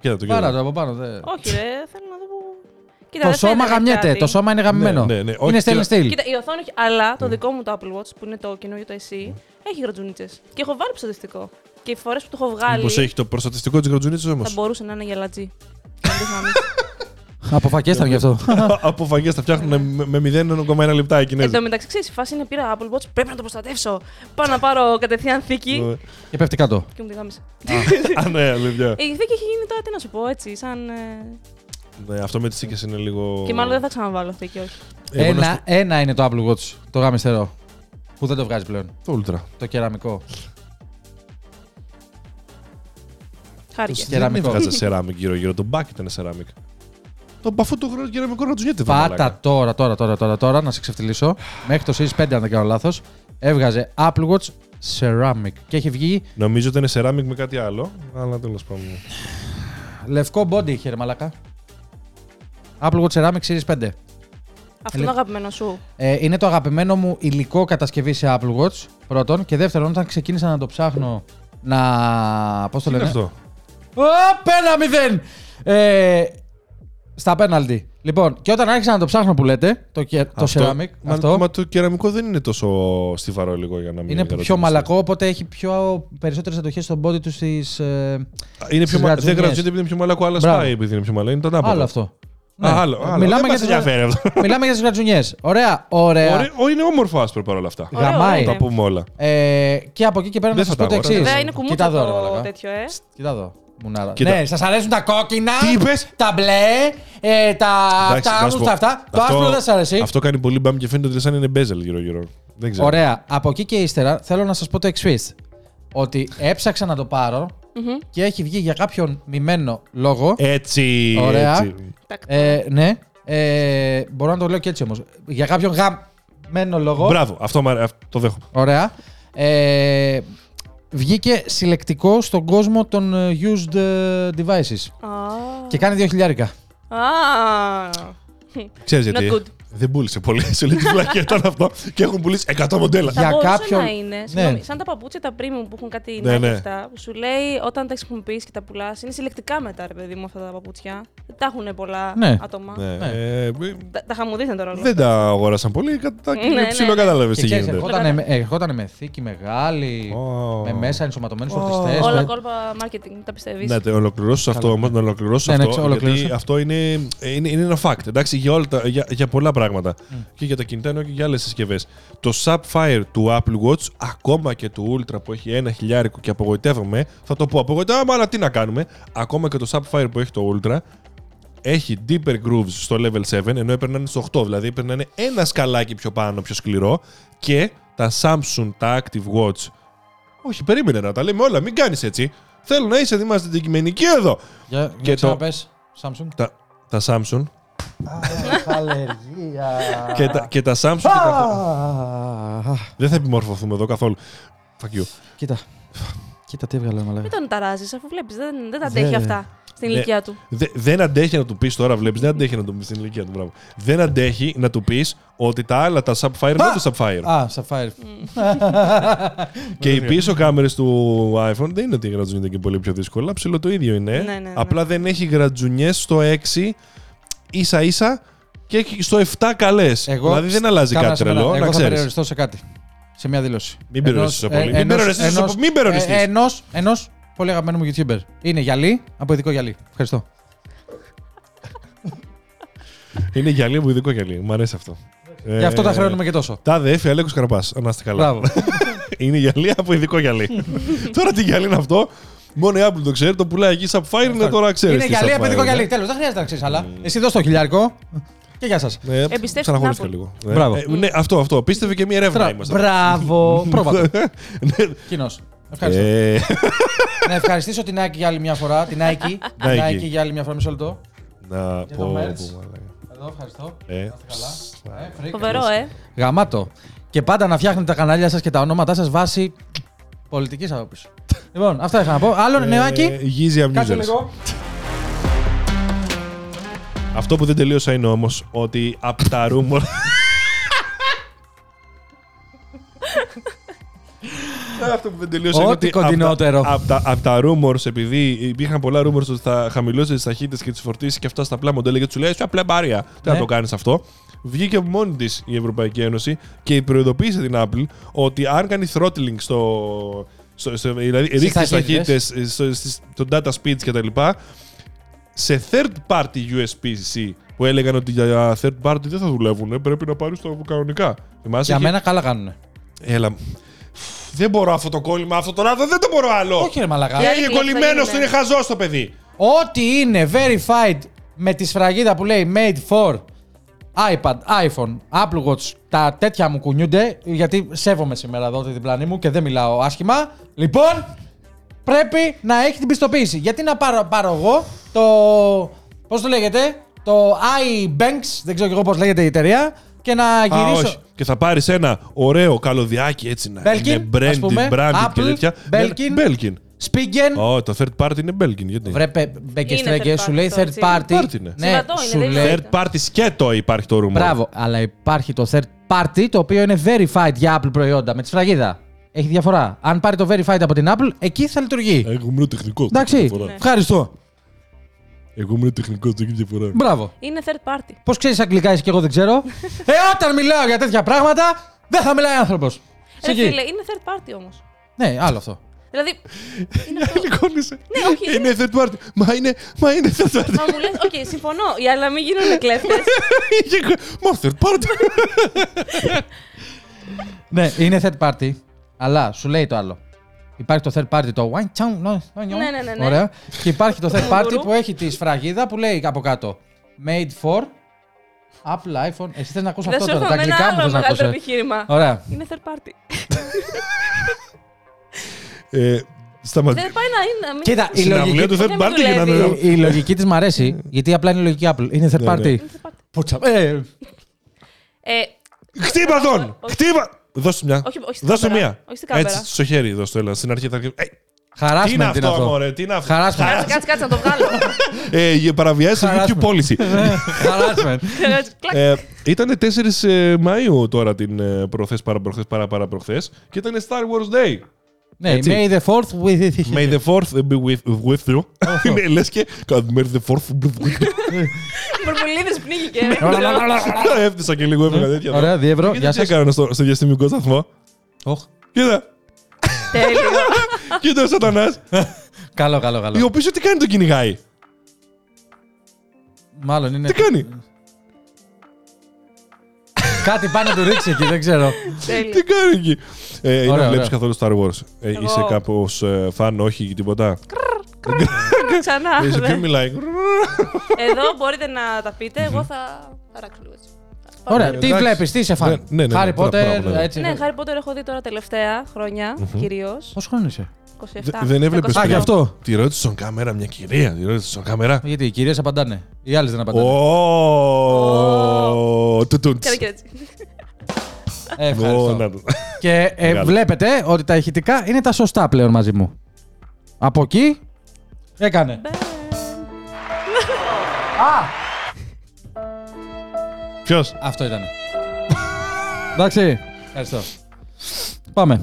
Κοίτα το κοίτα. Πάρα το. το από πάνω. δε. Όχι, ρε, θέλω να δω που. Κοίτα, Το δεν σώμα φαίνεται γαμιέται. κάτι. Το σώμα είναι γαμμένο. Ναι, ναι, ναι. Όχι, Είναι stainless κοίτα- steel. Κοίτα, η οθόνη έχει. Αλλά Ναι. το δικό μου το Apple Watch που είναι το καινούριο το SE έχει γρατζουνίτσε. Και έχω βάλει ψευδιστικό. Και οι φορές που το έχω βγάλει. Μήπως έχει το προστατευτικό τη γρατζουνίτσα όμως. Θα μπορούσε να είναι γελατζή. Αποφακέσταμε γι' αυτό. Από φαγέ τα φτιάχνουν με- με 0,1 λεπτά οι Εν Κινέζοι. τω μεταξύ, ξέρεις, η φάση είναι πήρα Apple Watch, πρέπει να το προστατεύσω. Πάω να πάρω κατευθείαν θήκη. Ναι. Και πέφτει κάτω. και μου τη γάμισε. Α, ναι, αλήθεια. Ε, Η θήκη έχει γίνει τώρα, τι να σου πω, έτσι, σαν. ε, Ναι, αυτό με τις θήκες είναι λίγο. Και μάλλον δεν θα ξαναβάλω θήκη, όχι. Εγώ να Ένα, σου- ένα είναι το Apple Watch. Το γαμιστερό. Που δεν το βγάζει πλέον. Το Ultra. Το κεραμικό. Χάρηκε. Και κεραμικό. Δεν βγάζα σεράμικ γύρω-γύρω. Το μπακ ήταν σεράμικ. Το μπαφού το γρα- κεραμικό να του γίνεται. Πάτα τώρα, τώρα, τώρα, τώρα, τώρα, να σε ξεφτυλίσω. Μέχρι το Series 5, αν δεν κάνω λάθος, έβγαζε Apple Watch Ceramic. Και έχει βγει Νομίζω ότι είναι σεράμικ με κάτι άλλο. Αλλά τέλος πάντων. λευκό body, είχε ρε μαλακά. Apple Watch Ceramic Series 5. Αυτό είναι το αγαπημένο σου. Ε, είναι το αγαπημένο μου υλικό κατασκευή σε Apple Watch, πρώτον. Και δεύτερον, όταν ξεκίνησα να το ψάχνω να. Πώς το Τι είναι λένε. αυτό. Ωπ, ένα μηδέν! Ε, στα πέναλτι. Λοιπόν, και όταν άρχισα να το ψάχνω που λέτε, το, κε- το ceramic, Μα- αυτό, Μα το κεραμικό δεν είναι τόσο στιβαρό λίγο για να μην είναι πιο γρατζουνιστεί. μαλακό, οπότε έχει πιο περισσότερες αντοχές στον πόδι τους στις... Ε, Είναι πιο στις μα- Δεν γρατζουνιές. γρατζουνιέται επειδή είναι πιο μαλακό, αλλά Μπράβο. σπάει επειδή είναι πιο μαλακό. Είναι το ανάποδο. Άλλο αυτό. Ναι. Α, άλλο, άλλο. Μιλάμε, Δεν για μας τις, ενδιαφέρει αυτό. μιλάμε για τις γρατζουνιές. Ωραία, ωραία. Ωραία, ο, είναι όμορφο άσπρο παρόλα αυτά. Ωραίο Γαμάει. Τα είναι. πούμε όλα. Ε, και από εκεί και πέρα Δεν να θα σας πω τα το αγοράσω. εξής. Βέβαια, είναι Κοίτα κουμούτσο εδώ, ρε το μαλακά. τέτοιο, ε. Κοίτα εδώ. Μουνάρα. Κοίτα. Ναι, σας αρέσουν τα κόκκινα. Τι είπες? Τα μπλε, ε, τα Εντάξει, αυτά, να σου πω. τα αυτά. Το άσπρο δεν σας αρέσει. Αυτό κάνει πολύ μπαμ και φαίνεται ότι σαν είναι μπέζελ γύρω-γύρω. Δεν ξέρω. Ωραία. Από εκεί και ύστερα θέλω να σας πω το εξής. Ότι έψαξα να το πάρω και έχει βγει για κάποιον μημένο λόγο. Έτσι. Ωραία. έτσι. Ε, ναι. Ε, μπορώ να το λέω και έτσι όμως. Για κάποιον γαμμένο λόγο. Μπράβο, αυτό μ' αρέ- αυτό το δέχομαι. Ωραία. Ε, βγήκε συλλεκτικό στον κόσμο των ε, used ε, devices. Α. Και κάνει δύο χιλιάρικα. Α. Ξέρεις Not γιατί. ε? good. Δεν πούλησε πολύ. Σου λέει τη φλακία ήταν αυτό και έχουν πουλήσει 100 μοντέλα. Για θα μπορούσε κάποιον- Ναι. να είναι. Συγγνώμη, σαν τα παπούτσια τα premium που έχουν κάτι Ναι, ναι, ναι. αυτά, που σου λέει όταν τα χρησιμοποιήσει και τα πουλάς, είναι συλλεκτικά μετά, ρε παιδί μου, αυτά τα παπούτσια. Δεν τα έχουν πολλά Ναι. άτομα. Ναι, ε, μη- Τα, τα χαμουδίσαν τώρα όλα. Δεν τα αγόρασαν πολύ. Κατά Ναι, ναι, ναι. ψηλό κατάλαβε Και τι ξέρεις, γίνεται. ερχόταν, με- ερχόταν με θήκη μεγάλη, Ω. με μέσα ενσωματωμένους Ω. φορτιστές. Όλα με- κόλπα marketing, τα πιστεύεις. Να το ολοκληρώσω αυτό Καλά. όμως, να ολοκληρώσω Ναι, ναι, αυτό. ξέρω, γιατί ολοκλήρωσε. αυτό είναι, είναι, είναι ένα fact εντάξει, για, όλα τα, για, για πολλά πράγματα. Mm. Και για τα κινητά ενώ και για άλλες συσκευές. Το Sapphire του Apple Watch, ακόμα και του Ultra που έχει ένα χιλιάρικο και απογοητεύομαι, θα το πω απογοητεύομαι, αλλά τι να κάνουμε. Ακόμα και το Sapphire που έχει το Ultra, έχει deeper grooves στο level 7, ενώ έπαιρνε να είναι στο 8, δηλαδή έπαιρνε να είναι ένα σκαλάκι πιο πάνω, πιο σκληρό. Και τα Samsung, τα Active Watch. Όχι, περίμενε να τα λέμε όλα, μην κάνεις έτσι. Θέλω να είσαι, είμαστε αντικειμενικοί εδώ. Για, Και και το- το... πες, Samsung. Τα, τα Samsung Αχ, ε, αλλεργία. και, τα, και τα Samsung. και τα- Α, αχ, Δεν θα επιμορφωθούμε εδώ καθόλου. Fuck you. Κοίτα. Κοίτα τι έβγαλε ο μαλάκας. Μην τον ταράζεις, αφού βλέπεις. Δεν, δεν τα Βέβαια. αντέχει αυτά στην Ναι. ηλικία του. Δε- δεν αντέχει να του πεις τώρα, βλέπεις. Δεν αντέχει να του πεις στην ηλικία του. Μπράβο. Δεν αντέχει να του πεις ότι τα άλλα, τα Sapphire δεν είναι το Sapphire. Α, Sapphire. και οι πίσω κάμερες του iPhone δεν είναι ότι γρατζουνιούνται και πολύ πιο δύσκολα. Ψηλό το ίδιο είναι. Ναι, ναι, ναι. Απλά δεν έχει γρατζουνιές στο 6 ίσα ίσα και έχει στο 7 καλές. Εγώ, Δηλαδή δεν αλλάζει κάμερα κάτι σε μένα. τρελό, Εγώ να θα ξέρεις. περιοριστώ σε κάτι. Σε μια δήλωση. Μην Ενός- περιοριστείς τόσο ε, πολύ. Μην ενός- περιοριστείς τόσο ενός- πολύ. Μην περιοριστείς. ε, ενός- ενός πολύ αγαπημένου μου YouTuber. Είναι γυαλί από ειδικό γυαλί. Ευχαριστώ. Είναι γυαλί από ειδικό γυαλί. Μου αρέσει αυτό. Γι' αυτό τα χρεώνουμε και τόσο. Τάδε έφυγε Αλέκος Καρπάς. Να είστε Ε, καλά. Μπράβο. είναι γυαλί από ειδικό γυαλί. τώρα τι γυαλί είναι αυτό. Μόνο η Apple το ξέρει, το πουλάει εκεί Sapphire είναι τώρα ξέρεις. Είναι γυαλί από ναι. ειδικό γυαλί. Τέλος, δεν χρειάζεται να ξέρεις άλλα. Εσύ δώσ' το χιλιάρικο. Και γεια σας. Ε, Εμπιστεύτηκε ψαναχωρήθηκα την Apple. λίγο. Ε, Μπράβο. ε, ναι, αυτό, αυτό. Πίστευε και μία ερεύνα είμαστε. Μπράβο. Πρόβατο. Ναι. Κοινός. Ευχαριστώ. Ε, Να ευχαριστήσω την Nike για άλλη μια φορά. Την Nike. Την Nike. Nike για άλλη μια φορά. Μισό λεπτό. Να Για πω. το πω, merch. μαλάκα. Εδώ, ευχαριστώ. Ε, Να είστε καλά. ψ, Ε, φρήκα. Φοβερό, ε. Γαμάτο. Και πάντα να φτιάχνετε τα κανάλια σας και τα ονόματά σας βάσει πολιτικής άποψης. λοιπόν, αυτά είχα να πω. Άλλον Ε, νεάκι. Yeezy Κάτσε Abusers. λίγο. Αυτό που δεν τελείωσα είναι όμως ότι από τα rumor. Αυτό που δεν τελείωσα είναι Ό,τι ότι απ' τα- κοντινότερο. Απ' τα, απ' τα rumors, επειδή υπήρχαν πολλά rumors ότι θα χαμηλώσει τις ταχύτητες και τις φορτίσεις και αυτά στα απλά μοντέλα και του λέει απλά πλεμπάρια. Τι να Ναι. το κάνεις αυτό. Βγήκε από μόνη της η Ευρωπαϊκή Ένωση και προειδοποίησε την Apple ότι αν κάνει throttling στο. στο, στο δηλαδή ρίχνεις τις ταχύτητες. ταχύτητες στο data speeds κτλ σε third party USB-C που έλεγαν ότι για third party δεν θα δουλεύουν, ε, πρέπει να πάρεις το κανονικά. Θυμάσαι. Για και- μένα καλά κάνουν. Έλα. Δεν μπορώ αυτό το κόλλημα, αυτό το ράδο, δεν το μπορώ άλλο. Όχι, ρε Μαλακά. Έγινε Έκλειψε, κολλημένο του, έγινε. είναι χαζό το παιδί. Ό,τι είναι verified με τη σφραγίδα που λέει made for iPad, iPhone, Apple Watch, τα τέτοια μου κουνιούνται, γιατί σέβομαι σήμερα εδώ την πλάνη μου και δεν μιλάω άσχημα. Λοιπόν, πρέπει να έχει την πιστοποίηση. Γιατί να πάρω, πάρω εγώ το. Πώς το λέγεται, το iBanks, δεν ξέρω και εγώ πώς λέγεται η εταιρεία, και να Α, γυρίσω. όχι. Και θα πάρεις ένα ωραίο καλωδιάκι έτσι να Belkin, είναι ας πούμε, branded, branded και Apple, τέτοια. Ναι, Belkin. Belkin. Spigen. Ω, το third party είναι Belkin. Γιατί. Βρε, πε- μπεκεστρέγγε, Είναι third σου λέει party, third έτσι. party. Third party είναι. Ναι, Συμβατό είναι, σου δεν λέει. Third party σκέτο υπάρχει το rumor. Μπράβο, αλλά υπάρχει το third party το οποίο είναι verified για Apple προϊόντα με τη σφραγίδα. Έχει διαφορά. Αν πάρει το verified από την Apple, εκεί θα λειτουργεί. Εγώ ήμουν τεχνικός. Εντάξει. Ευχαριστώ. Εγώ ήμουν τεχνικό, δεν έχει διαφορά. Μπράβο. Είναι third party. Πώς ξέρεις αγγλικά εσύ και εγώ δεν ξέρω. ε, όταν μιλάω για τέτοια πράγματα, δεν θα μιλάει άνθρωπος. Ρε Ε, φίλε, είναι third party όμως. Ναι, άλλο αυτό. Δηλαδή. είναι αυτό. Εικόνισε. Ναι, όχι, Ε, Είναι third party. Μα είναι, μα είναι third party. Μα μου λες, οκ, συμφωνώ, οι άλλοι να μην γίνουν κλέφτε. Είχε- Μα third party. ναι, είναι third party, αλλά σου λέει το άλλο. Υπάρχει το third party, το one chow, no, no, no. Ναι, ναι, ναι, ναι. Ωραία. Και υπάρχει το third party Γουρού. που έχει τη σφραγίδα που λέει από κάτω. Made for Apple iPhone. Εσύ θες να ακούσει Δεν αυτό σου τώρα. Τα έρχομαι με ένα αγγλικά μου άλλο θες να μεγαλύτερο ακούσει. επιχείρημα. Ωραία. Είναι third party. Ε, Σταματήστε. Δεν πάει να είναι. να μην- Κοίτα, η Συναυλία λογική, του η, third δεν ε, party και να δουλεύει. είναι. η λογική της μ' αρέσει, γιατί απλά είναι η λογική Apple. Είναι third Ναι, ναι. party. Είναι third party. Πούτσα. Ε, Ε, Χτύπα τον! όχι. Χτύπα! Δώσε μια. Όχι, όχι στην Δώσε κάμερα. μια. Όχι στην κάμερα. Έτσι στο χέρι, δώσε το έλα. Στην αρχή θα αρχίσει. Ε, Τι είναι Χαράσμεν την αυτό, αυτό. αμόρε, τι είναι αυτό. Χαράσμεν. Κάτσε, κάτσε, κάτσε να το βγάλω. Ε, παραβιάσεις Χαράσουμε. YouTube policy. Χαράσμεν. Κλακ. Ε, ήταν 4 ε, Μαΐου τώρα την ε, προχθές, παραπροχθές, παραπαραπροχθές και ήταν Star Wars Day. Ναι, May Έτσι. the 4th with May the 4th be with, with you. Είναι, Ναι, λες και... God, May the 4th be with you. Μπουρμπουλίδε πνίγηκε. Έφτιασα και λίγο, έφυγα τέτοια. Ωραία, διευρώ. Και Γεια τι σας. έκανα στο, στο διαστημικό σταθμό. Οχ. Κοίτα, Τέλειο. κοίτα ο σατανάς, Καλό, καλό, καλό. ο οποίος τι κάνει τον κυνηγάει. Μάλλον είναι. Τι κάνει, Κάτι πάει να του ρίξει εκεί, δεν ξέρω. τι Τέλειο. κάνει εκεί. Ε, ή Ωραία, να βλέπεις ωραία. καθόλου Star Wars. Ε, Εγώ- είσαι κάπως ε, φαν, όχι ή τίποτα. Ξανά. Ε, Σε δε. ποιον μιλάει. Εδώ μπορείτε να τα πείτε, εγώ θα θα ράξω λίγο έτσι. Ωραία, Ναι, τι εντάξει. βλέπει, τι σε Ναι, φάνηκε. ναι, ναι, ναι, Χάρη τώρα- τώρα Πότερ, βλέπω. έτσι. Ναι, Harry Potter έχω δει τώρα τελευταία χρόνια κυρίω. Πόσο χρόνο είσαι. 27. Δε- Δεν έβλεπε Α, γι' αυτό. Τη ρώτησε στον κάμερα μια κυρία. Τη ρώτησε στον κάμερα. Γιατί οι κυρίες απαντάνε. Οι άλλες δεν απαντάνε. Ω, τουτούτς. Κάνε και έτσι. Ε, Ω, ευχαριστώ. να το- Και ε, ναι. Μεγάλο. βλέπετε ότι τα ηχητικά είναι τα σωστά πλέον μαζί μου. Από εκεί. Έκανε. Ποιος? Αυτό ήταν. Εντάξει. Ευχαριστώ. Πάμε.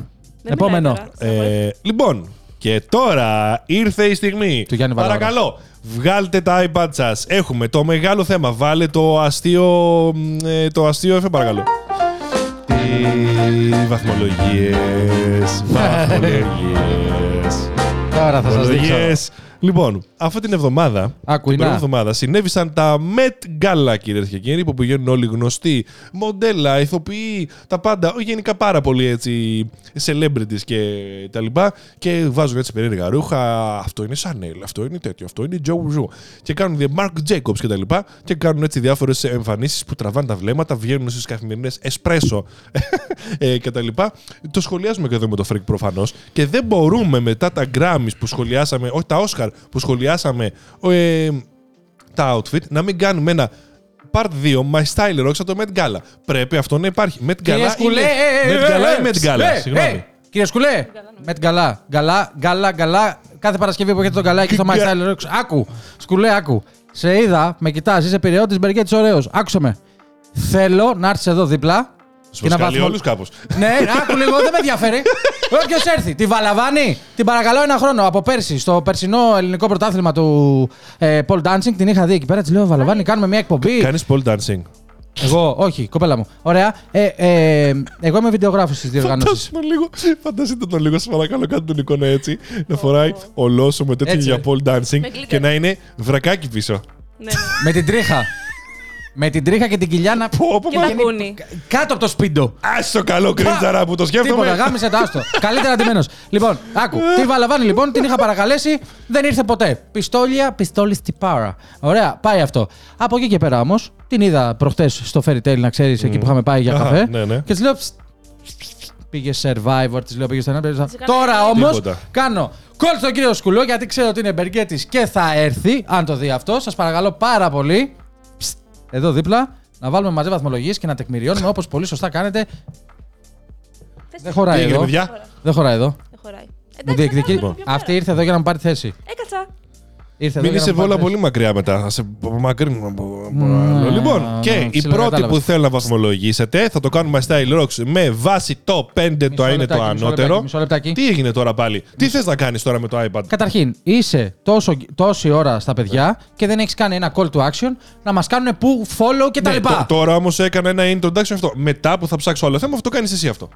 Δεν Επόμενο. μιλάει τώρα. Ε, λοιπόν, και τώρα ήρθε η στιγμή. Του Γιάννη Βαλάρα. Παρακαλώ, βγάλτε τα iPad σας. Έχουμε το μεγάλο θέμα. Βάλε το αστείο. μ, ε, το αστείο, έφε παρακαλώ. Τι βαθμολογίες. Βαθμολογίες. Τώρα θα σας δείξω. Λοιπόν, αυτή την εβδομάδα, την Άκουινα. προηγούμενη εβδομάδα, συνέβησαν τα Met Gala, κυρίες και κύριοι, που πηγαίνουν όλοι γνωστοί, μοντέλα, ηθοποιοί, τα πάντα. Γενικά πάρα πολύ έτσι celebrities και τα λοιπά. Και βάζουν έτσι περίεργα ρούχα. Αυτό είναι Chanel, αυτό είναι τέτοιο, αυτό είναι Joe Zhu. Και κάνουν The Mark Jacobs και τα λοιπά. Και κάνουν έτσι διάφορες εμφανίσεις που τραβάνε τα βλέμματα, βγαίνουν στις καθημερινές εσπρέσο ε, και τα λοιπά. Το σχολιάζουμε και εδώ με το Freak προφανώς. Και δεν μπορούμε μετά τα Grammys που σχολιάσαμε, όχι τα Oscar που σχολιάσαμε, ο, ε, τα outfit, να μην κάνουμε ένα part 2 My Style Rocks από το Met Gala. Πρέπει αυτό να υπάρχει. Met Gala Κύριε Σκουλέ, είναι- ε, ε, ε, Met Gala ε, ή Met ε, Gala, ε, συγγνώμη. ε, Κύριε Σκουλέ, Μετ Γκαλά. Γκαλά, γκαλά, γκαλά. Κάθε Παρασκευή που έχετε τον γκαλάκι στο My Γκα- Style Rocks. Άκου, Σκουλέ, άκου. Σε είδα, με κοιτάς, είσαι περιότη Μπεργέτη, ωραίος. Άκουσε με. Θέλω να έρθεις εδώ δίπλα. Σου βγάλει όλους κάπως. Ναι, άκου λίγο, δεν με ενδιαφέρει. Όποιος έρθει, τη Βαλαβάνη, την παρακαλώ ένα χρόνο από πέρσι, στο περσινό ελληνικό πρωτάθλημα του ε, Paul Dancing, την είχα δει εκεί πέρα. Της λέω, Βαλαβάνη, κάνουμε μια εκπομπή. Κάνεις pole dancing. Εγώ, όχι, κοπέλα μου. Ωραία. Ε, ε, εγώ είμαι βιντεογράφος τη διοργάνωση. Φαντάσου τον λίγο, φανταστείτε τον λίγο, σας παρακαλώ, κάντε τον εικόνα έτσι, να φοράει ολόσο με τέτοιο Έτσι. για pole dancing Με glitter. και να είναι βρακάκι πίσω. Ναι. με την τρίχα. με την τρίχα και την κοιλιά να. Πω, πω, Και πω. λαγούνι. Κάτω από το σπίτι. Ας το καλό κρίτσαρα που το Τίποτα, σκέφτομαι. γάμισε τα άστο. Καλύτερα αντιμένος. λοιπόν, άκου. Τη Βαλαβάνη λοιπόν την είχα παρακαλέσει, δεν ήρθε ποτέ. Πιστόλια, πιστόλι στη πάρα. Ωραία, πάει αυτό. Από εκεί και πέρα όμως, την είδα προχτές στο Fairy Tail, να ξέρεις, εκεί που είχαμε πάει για Α, καφέ. ναι, ναι. Και της λέω. «Ψ, Πήγε survivor, της λέω πήγε στο ένα. πήγε στο άλλο». Της έκανα Τώρα κάτι. όμως Τίποτα. κάνω κόλ στον κύριο Σκουλό γιατί ξέρω ότι είναι μπεργκέτης και θα έρθει. Αν το δει αυτό, σας παρακαλώ πάρα πολύ. Ψ, Εδώ δίπλα να βάλουμε μαζί βαθμολογίες και να τεκμηριώνουμε όπως πολύ σωστά κάνετε. Θες Δεν να- Τι χωράει έγινε, εδώ. παιδιά. Δεν χωράει εδώ. Δεν Λοιπόν. χωράει. Εντάξει, Μου θα διεκδικεί. Λοιπόν, κάνουμε πιο πέρα. Αυτή ήρθε εδώ για να μου πάρει θέση. Έκατσα. Ήρθε εδώ Μην για να είσαι μου πάρει βόλα θέση. πολύ μακριά μετά. Θα σε απομακρύνουμε από από Ναι, άλλο. Λοιπόν, ναι, και η πρώτη ψιλοκατάλαβα. που θέλω να βαθμολογήσετε θα το κάνουμε style rocks με βάση το 5 το Μισό είναι το λεπτάκι, μισό ανώτερο. λεπτάκι, Μισό λεπτάκι. Τι έγινε τώρα πάλι, τι θες να κάνεις τώρα με το iPad. Καταρχήν, είσαι τόσο, τόση ώρα στα παιδιά και δεν έχεις κάνει ένα call to action να μας κάνουν που follow και τα Ναι, λοιπά. τ- Τώρα όμως έκανα ένα introduction αυτό. Μετά που θα ψάξω άλλο θέμα, θα το κάνεις εσύ αυτό.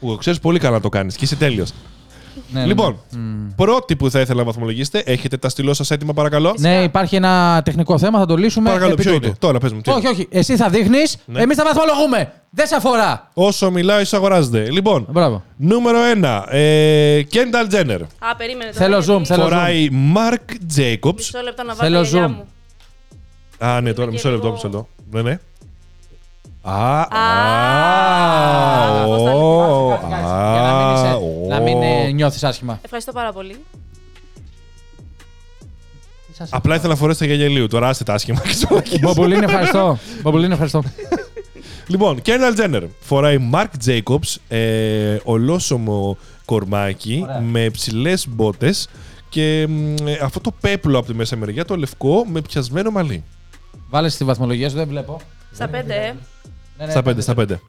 Που ξέρεις πολύ καλά να το κάνεις και είσαι τέλειος. Ναι, ναι, Λοιπόν, πρώτη που θα ήθελα να βαθμολογήσετε, έχετε τα στυλό σας έτοιμα παρακαλώ. Ναι, Ναι, υπάρχει ένα τεχνικό θέμα, θα το λύσουμε. Παρακαλώ, επί ποιο τούτου. είναι. Τώρα πες μου. τι Όχι, όχι. Εσύ θα δείχνεις, Ναι. εμείς θα βαθμολογούμε. Δεν σε αφορά. Όσο μιλάω, εισαγοράζεται. Λοιπόν, Μπράβο. νούμερο 1. Ε, Kendall Jenner. Α, περίμενε. Θέλω τώρα, zoom, γιατί- θέλω zoom. Φοράει Mark Jacobs. Μισό λεπτό να Θέλω βάλω zoom. zoom. μου. Α, ναι, τώρα και μισό λεπτό, λίγο- μισό λεπτό. Ναι, ναι. Α, Α, α, πώς ω, θα α, Κάτσε, κάτσε, για να μην είσαι- να μην ε, νιώθεις άσχημα. Ευχαριστώ πάρα πολύ. Απλά ήθελα να φορέσω τα γυαλιά ηλίου, τώρα άστε τα άσχημα. Μπομπουλίν, ευχαριστώ. Μπομπουλίν, ευχαριστώ. Λοιπόν, Κέρναλ Τζένερ φοράει Mark Jacobs, ε, ολόσωμο κορμάκι Ωραία. με ψηλές μπότες και μ, ε, αυτό το πέπλο από τη μέσα μεριά, το λευκό με πιασμένο μαλλί. Βάλε τη βαθμολογία σου, δεν βλέπω. Στα πέντε, ε. Ναι, ναι, στα ναι, πέντε, ναι. στα πέντε.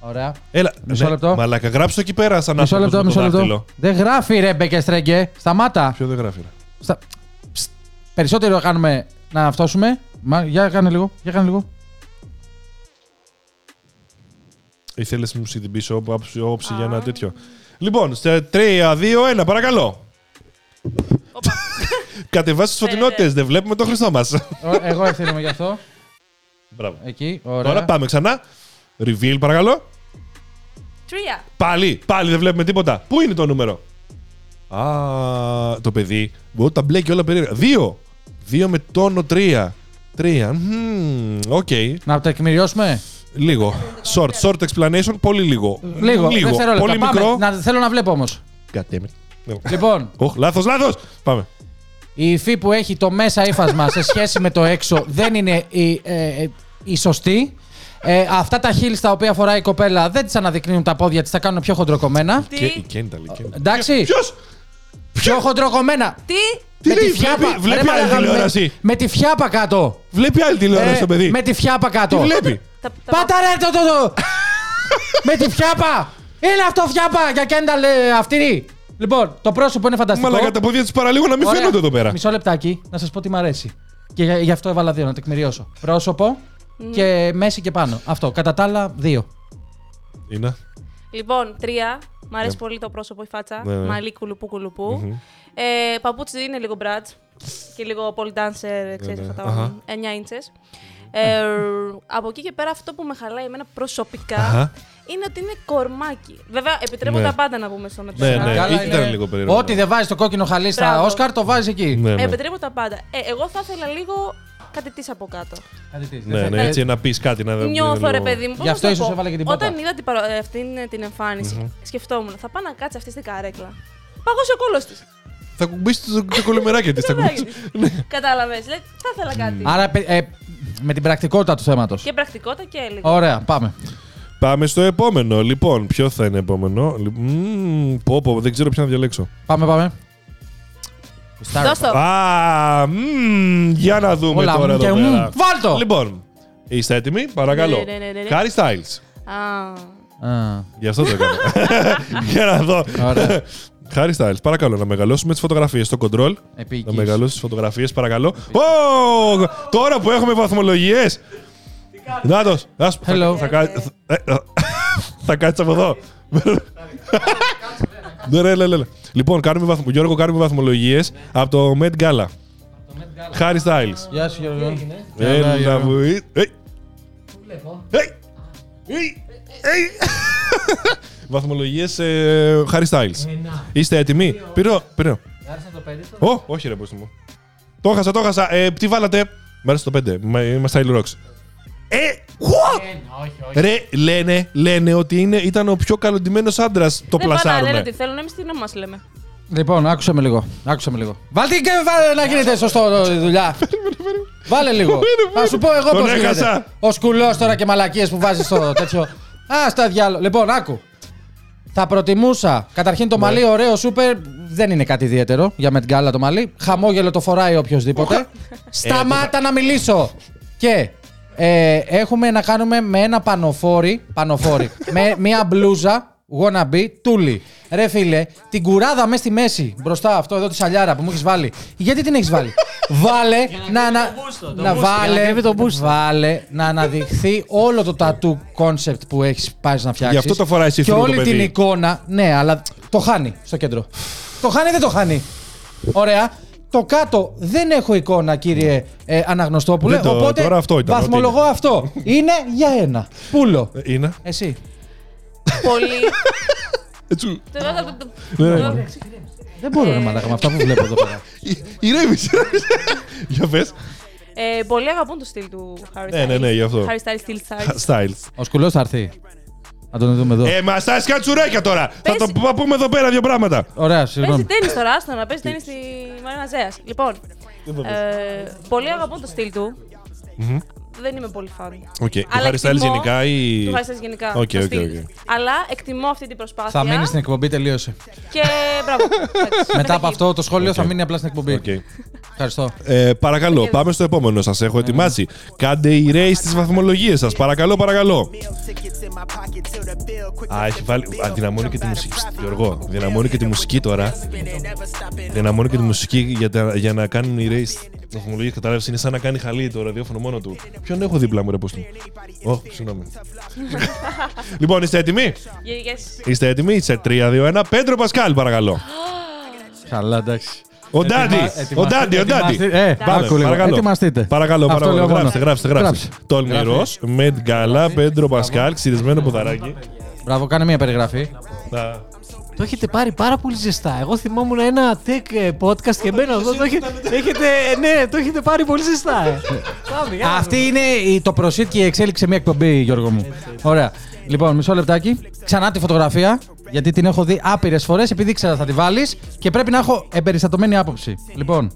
Ωραία. Έλα, ναι, Μισό λεπτό. Μαλάκα, γράψτε εκεί πέρα σαν Μισό άνθρωπος λεπτό, με το μισό λεπτό. δάχτυλο. Δεν γράφει ρε Μπέκε Στρέγκε. Σταμάτα. Ποιο δεν γράφει. ρε. Στα... Ψτ. Περισσότερο κάνουμε να αυτόσουμε. Μα, για κάνε λίγο. Για κάνε λίγο. Ήθελες να μου συντυπήσω όψη, όψη για ένα τέτοιο. Λοιπόν, σε 3, 2, 1, παρακαλώ. Όπα. Κατεβάσεις τις φωτεινότητε, δεν βλέπουμε τον Χριστό μας. Ω, Εγώ ευθύνομαι γι' αυτό. Μπράβο. Εκεί. Ωραία. Τώρα πάμε ξανά. Reveal, παρακαλώ. Τρία. Πάλι, πάλι δεν βλέπουμε τίποτα. Πού είναι το νούμερο. Α, το παιδί. Μπορεί να τα μπλέκει όλα περίεργα. Δύο. Δύο με τόνο τρία. Τρία. Μμμ, Οκ. Να τα τεκμηριώσουμε. Λίγο. Short, short explanation, πολύ λίγο. Λίγο. δευτερόλεπτα. Πολύ Πάμε. μικρό. Να, θέλω να βλέπω όμως. God damn it. Λοιπόν, Οχ, λάθος, λάθος! Πάμε. η υφή που έχει το μέσα ύφασμα σε σχέση με το έξω δεν είναι η, ε, ε, η σωστή. Ε, αυτά τα χείλη τα οποία φοράει η κοπέλα δεν τη αναδεικνύουν τα πόδια της, τα κάνουν πιο χοντροκομμένα. Και Τι, η Κένταλη, η Κένταλη. Εντάξει. Ποιος! Πιο χοντροκομμένα. τι, Τι με λέει, τη φιάπα. βλέπει- Ρε βλέπει μαλάκα, άλλη με- τηλεόραση. Με τη φιάπα κάτω. Βλέπει άλλη τηλεόραση Ε, το παιδί. Με τη φιάπα κάτω. Τι βλέπει. τα, Πάτα ρε το το το. με τη φιάπα. Είναι αυτό φιάπα για κένταλ ε, αυτή. Λοιπόν, το πρόσωπο είναι φανταστικό. Μαλάκα τα πόδια της παραλίγο να μην Ωραία. φαίνονται εδώ πέρα. Μισό λεπτάκι, να σας πω τι μ' αρέσει. Και για- γι' αυτό έβαλα δύο, να τεκμηριώσω. Πρόσωπο και μέση και πάνω. Αυτό. Κατά τα άλλα, δύο. Είναι. Λοιπόν, τρία. Μ' αρέσει πολύ το πρόσωπο, η φάτσα. Ναι, ναι. Μαλλί κουλουπού κουλουπού. Ε, παπούτσι είναι λίγο μπράτ και λίγο pole dancer, ξέρεις ναι. αυτά Αχα. τα 9 ίντσες. Ε, από εκεί και πέρα αυτό που με χαλάει εμένα προσωπικά Αχα. είναι ότι είναι κορμάκι. Βέβαια, επιτρέπω Ναι. τα πάντα να πούμε στον Ναι, ναι. επεισόδιο. ήταν λίγο περίεργο. Ό,τι δεν βάζεις το κόκκινο χαλί στα Μπράβο. Όσκαρ, το βάζεις εκεί. Ναι, ναι. Επιτρέπω τα πάντα. Ε, εγώ θα ήθελα λίγο κάτι της από κάτω. Κάτι τέτοιο. Ναι, ναι, έτσι να πεις κάτι να δεν Νιώθω ρε λίγο- παιδί μου. πώς Γι' να αυτό το ίσως πω. έβαλε και την Όταν πάπα. είδα την παρο- ε, αυτήν την εμφανιση σκεφτόμουν, θα πάω να κάτσει αυτή στην καρέκλα. Παγώσει ο κόλος της. Θα κουμπίσεις το- το κολομεράκι τη. Ναι. Κατάλαβες. Θα ήθελα κάτι. Άρα παι- ε, με την πρακτικότητα του θέματος. Και πρακτικότητα και έλεγχο. Ωραία, πάμε. Πάμε στο επόμενο. Λοιπόν, ποιο θα είναι επόμενο. Λι- Μμμ, Πω, πω, δεν ξέρω ποιο να διαλέξω. Πάμε, πάμε. Δώσ' το. Α, μμμ, για να δούμε Όλα τώρα μου και εδώ μου. πέρα. Βάλτο! Λοιπόν, είστε έτοιμοι, παρακαλώ. Ναι, ναι, ναι, ναι. Χάρι Styles. Α, Α, Γι' αυτό το έκανα. για να δω. Ωραία. Χάρι Styles, παρακαλώ να μεγαλώσουμε τις φωτογραφίες στο control. Να επίκης. μεγαλώσεις τις φωτογραφίες, παρακαλώ. Ω! Τώρα που έχουμε βαθμολογίες. Νάτος, θα, Hello. θα, κα- ε, ε, θα κάτσεις από εδώ. Ναι, ρε, λέ, λέ, λέ. Λοιπόν, κάνουμε βαθμο... Γιώργο, κάνουμε βαθμολογίες από το Met Gala. Χάρι Styles. Γεια σου, Γιώργο. Έλα, Έλα, Γιώργο. μου. Ε, ε, ε, ε, ε. Βαθμολογίες Χάρι Styles. Είστε έτοιμοι. Πυρό, πυρό. Ω, όχι ρε, πούστη μου. Το έχασα, το έχασα. Ε, τι βάλατε. Μ' άρεσε το 5. Μα- Είμαστε Style Rocks. Ε, what? Ρε, λένε, λένε ότι είναι, ήταν ο πιο καλοντημένος άντρας. Το δεν πάνε να λένε πλασάρουμε. τι θέλουν, εμείς τι να μας λέμε. Λοιπόν, άκουσα με λίγο. Άκουσα με λίγο. Βάλτε και βάλε να γίνεται σωστό η δουλειά. Βάλε λίγο. Θα σου πω εγώ Τον πώς γίνεται. έχασα. Ο σκουλός τώρα και μαλακίες που βάζει στο τέτοιο. Α, στα διάλο. Λοιπόν, άκου. Θα προτιμούσα. Καταρχήν το μαλλί, ωραίο, σούπερ. Δεν είναι κάτι ιδιαίτερο για με την κάλα το μαλλί. Χαμόγελο το φοράει οποιοδήποτε. Σταμάτα να μιλήσω. Και ε, έχουμε να κάνουμε με ένα πανοφόρι. Πανοφόρι. με μία μπλούζα wannabe τούλι. Ρε φίλε, την κουράδα μέσα στη μέση. Μπροστά αυτό εδώ τη σαλιάρα που μου έχεις βάλει. Γιατί την έχεις βάλει. βάλε να, να, να βάλε, βάλε να αναδειχθεί όλο το tattoo concept που έχεις πάεις να φτιάξει. Γι' αυτό το φοράει εσύ Και θρύλο, όλη παιδί. την εικόνα. Ναι, αλλά το χάνει στο κέντρο. το χάνει δεν το χάνει. Ωραία. Το κάτω δεν έχω εικόνα, κύριε ε, Αναγνωστόπουλε. Δεν το- οπότε τώρα αυτό ήταν, βαθμολογώ ότι Ε, αυτό. είναι για ένα. Πούλο. Είναι. Εσύ. Πολύ. Ετσου. Το έβγαλα το- Ναι. Δεν μπορώ να Ε. μαλάκα με αυτά που βλέπω εδώ πέρα. Ε, Ηρέμησε. Για πες. Ε, Πολλοί αγαπούν το στυλ του Harry Styles. Ναι, ναι, ναι, γι' αυτό. Harry Styles, Steel Styles. Styles. Ο σκουλός θα έρθει. Να τον δούμε εδώ. Ε, μα στάσει κατσουράκια τώρα. Θα το π- πούμε εδώ πέρα δύο πράγματα. Ωραία, Παίζει λοιπόν. συγγνώμη. τέννη τώρα, άστο να παίζει τέννη στη Μαρίνα Ζέας. Λοιπόν, ε, πολλοί αγαπούν το στυλ του. Δεν είμαι πολύ φαν. Οκ. Του Αλλά Harry Styles εκτιμώ- γενικά ή. Του Harry Styles γενικά. Οκ, το οκ, στυλ. οκ. Αλλά εκτιμώ αυτή την προσπάθεια. Θα μείνει στην εκπομπή, τελείωσε. Και μπράβο. εντάξει, Μετά από εκεί. αυτό το σχόλιο θα Οκ. μείνει απλά στην εκπομπή. Οκ. Ευχαριστώ. Ε, παρακαλώ, πάμε στο επόμενο. Σας έχω ετοιμάσει. Κάντε η race στις βαθμολογίες σας. Παρακαλώ, παρακαλώ. Α, έχει βάλει. Α, δυναμώνει και τη μουσική. Γιώργο, δυναμώνει και τη μουσική τώρα. Δυναμώνει και τη μουσική για, τα- για να κάνουν οι race βαθμολογίε. Κατάλαβες, είναι σαν να κάνει χαλί το ραδιόφωνο μόνο του. Ποιον έχω δίπλα μου, ρε Πούστη. Ω, συγγνώμη. λοιπόν, είστε έτοιμοι. Yes. Είστε έτοιμοι. Σε 3, 2, 1. Πέντρο Πασκάλ, παρακαλώ. Καλά, εντάξει. Ο Ντάντι. Ο Ντάντι, ο Ντάντι. Ε, Πάμε, άκου λίγο. παρακαλώ. Ετοιμαστείτε. Παρακαλώ, Αυτό παρακαλώ. λέω μόνο. Γράψτε, γράψτε, γράψτε. Γράψτε. Τολμηρό, Μεντ Γκάλα, Πέντρο Πασκάλ, ξυρισμένο ποδαράκι. Μπράβο, κάνε μια περιγραφή. Τα- Το έχετε πάρει πάρα πολύ ζεστά. Εγώ θυμόμουν ένα tech ε, podcast και μπαίνω εδώ. Το έχετε, έχετε- ναι, το έχετε πάρει πολύ ζεστά. ε. Πάμε, για να Αυτή είναι η- το προσίτ και η εξέλιξη σε μια εκπομπή, Γιώργο μου. Ωραία. Λοιπόν, μισό λεπτάκι. Ξανά τη φωτογραφία, γιατί την έχω δει άπειρες φορές, επειδή ήξερα θα τη βάλεις και πρέπει να έχω εμπεριστατωμένη άποψη. Λοιπόν,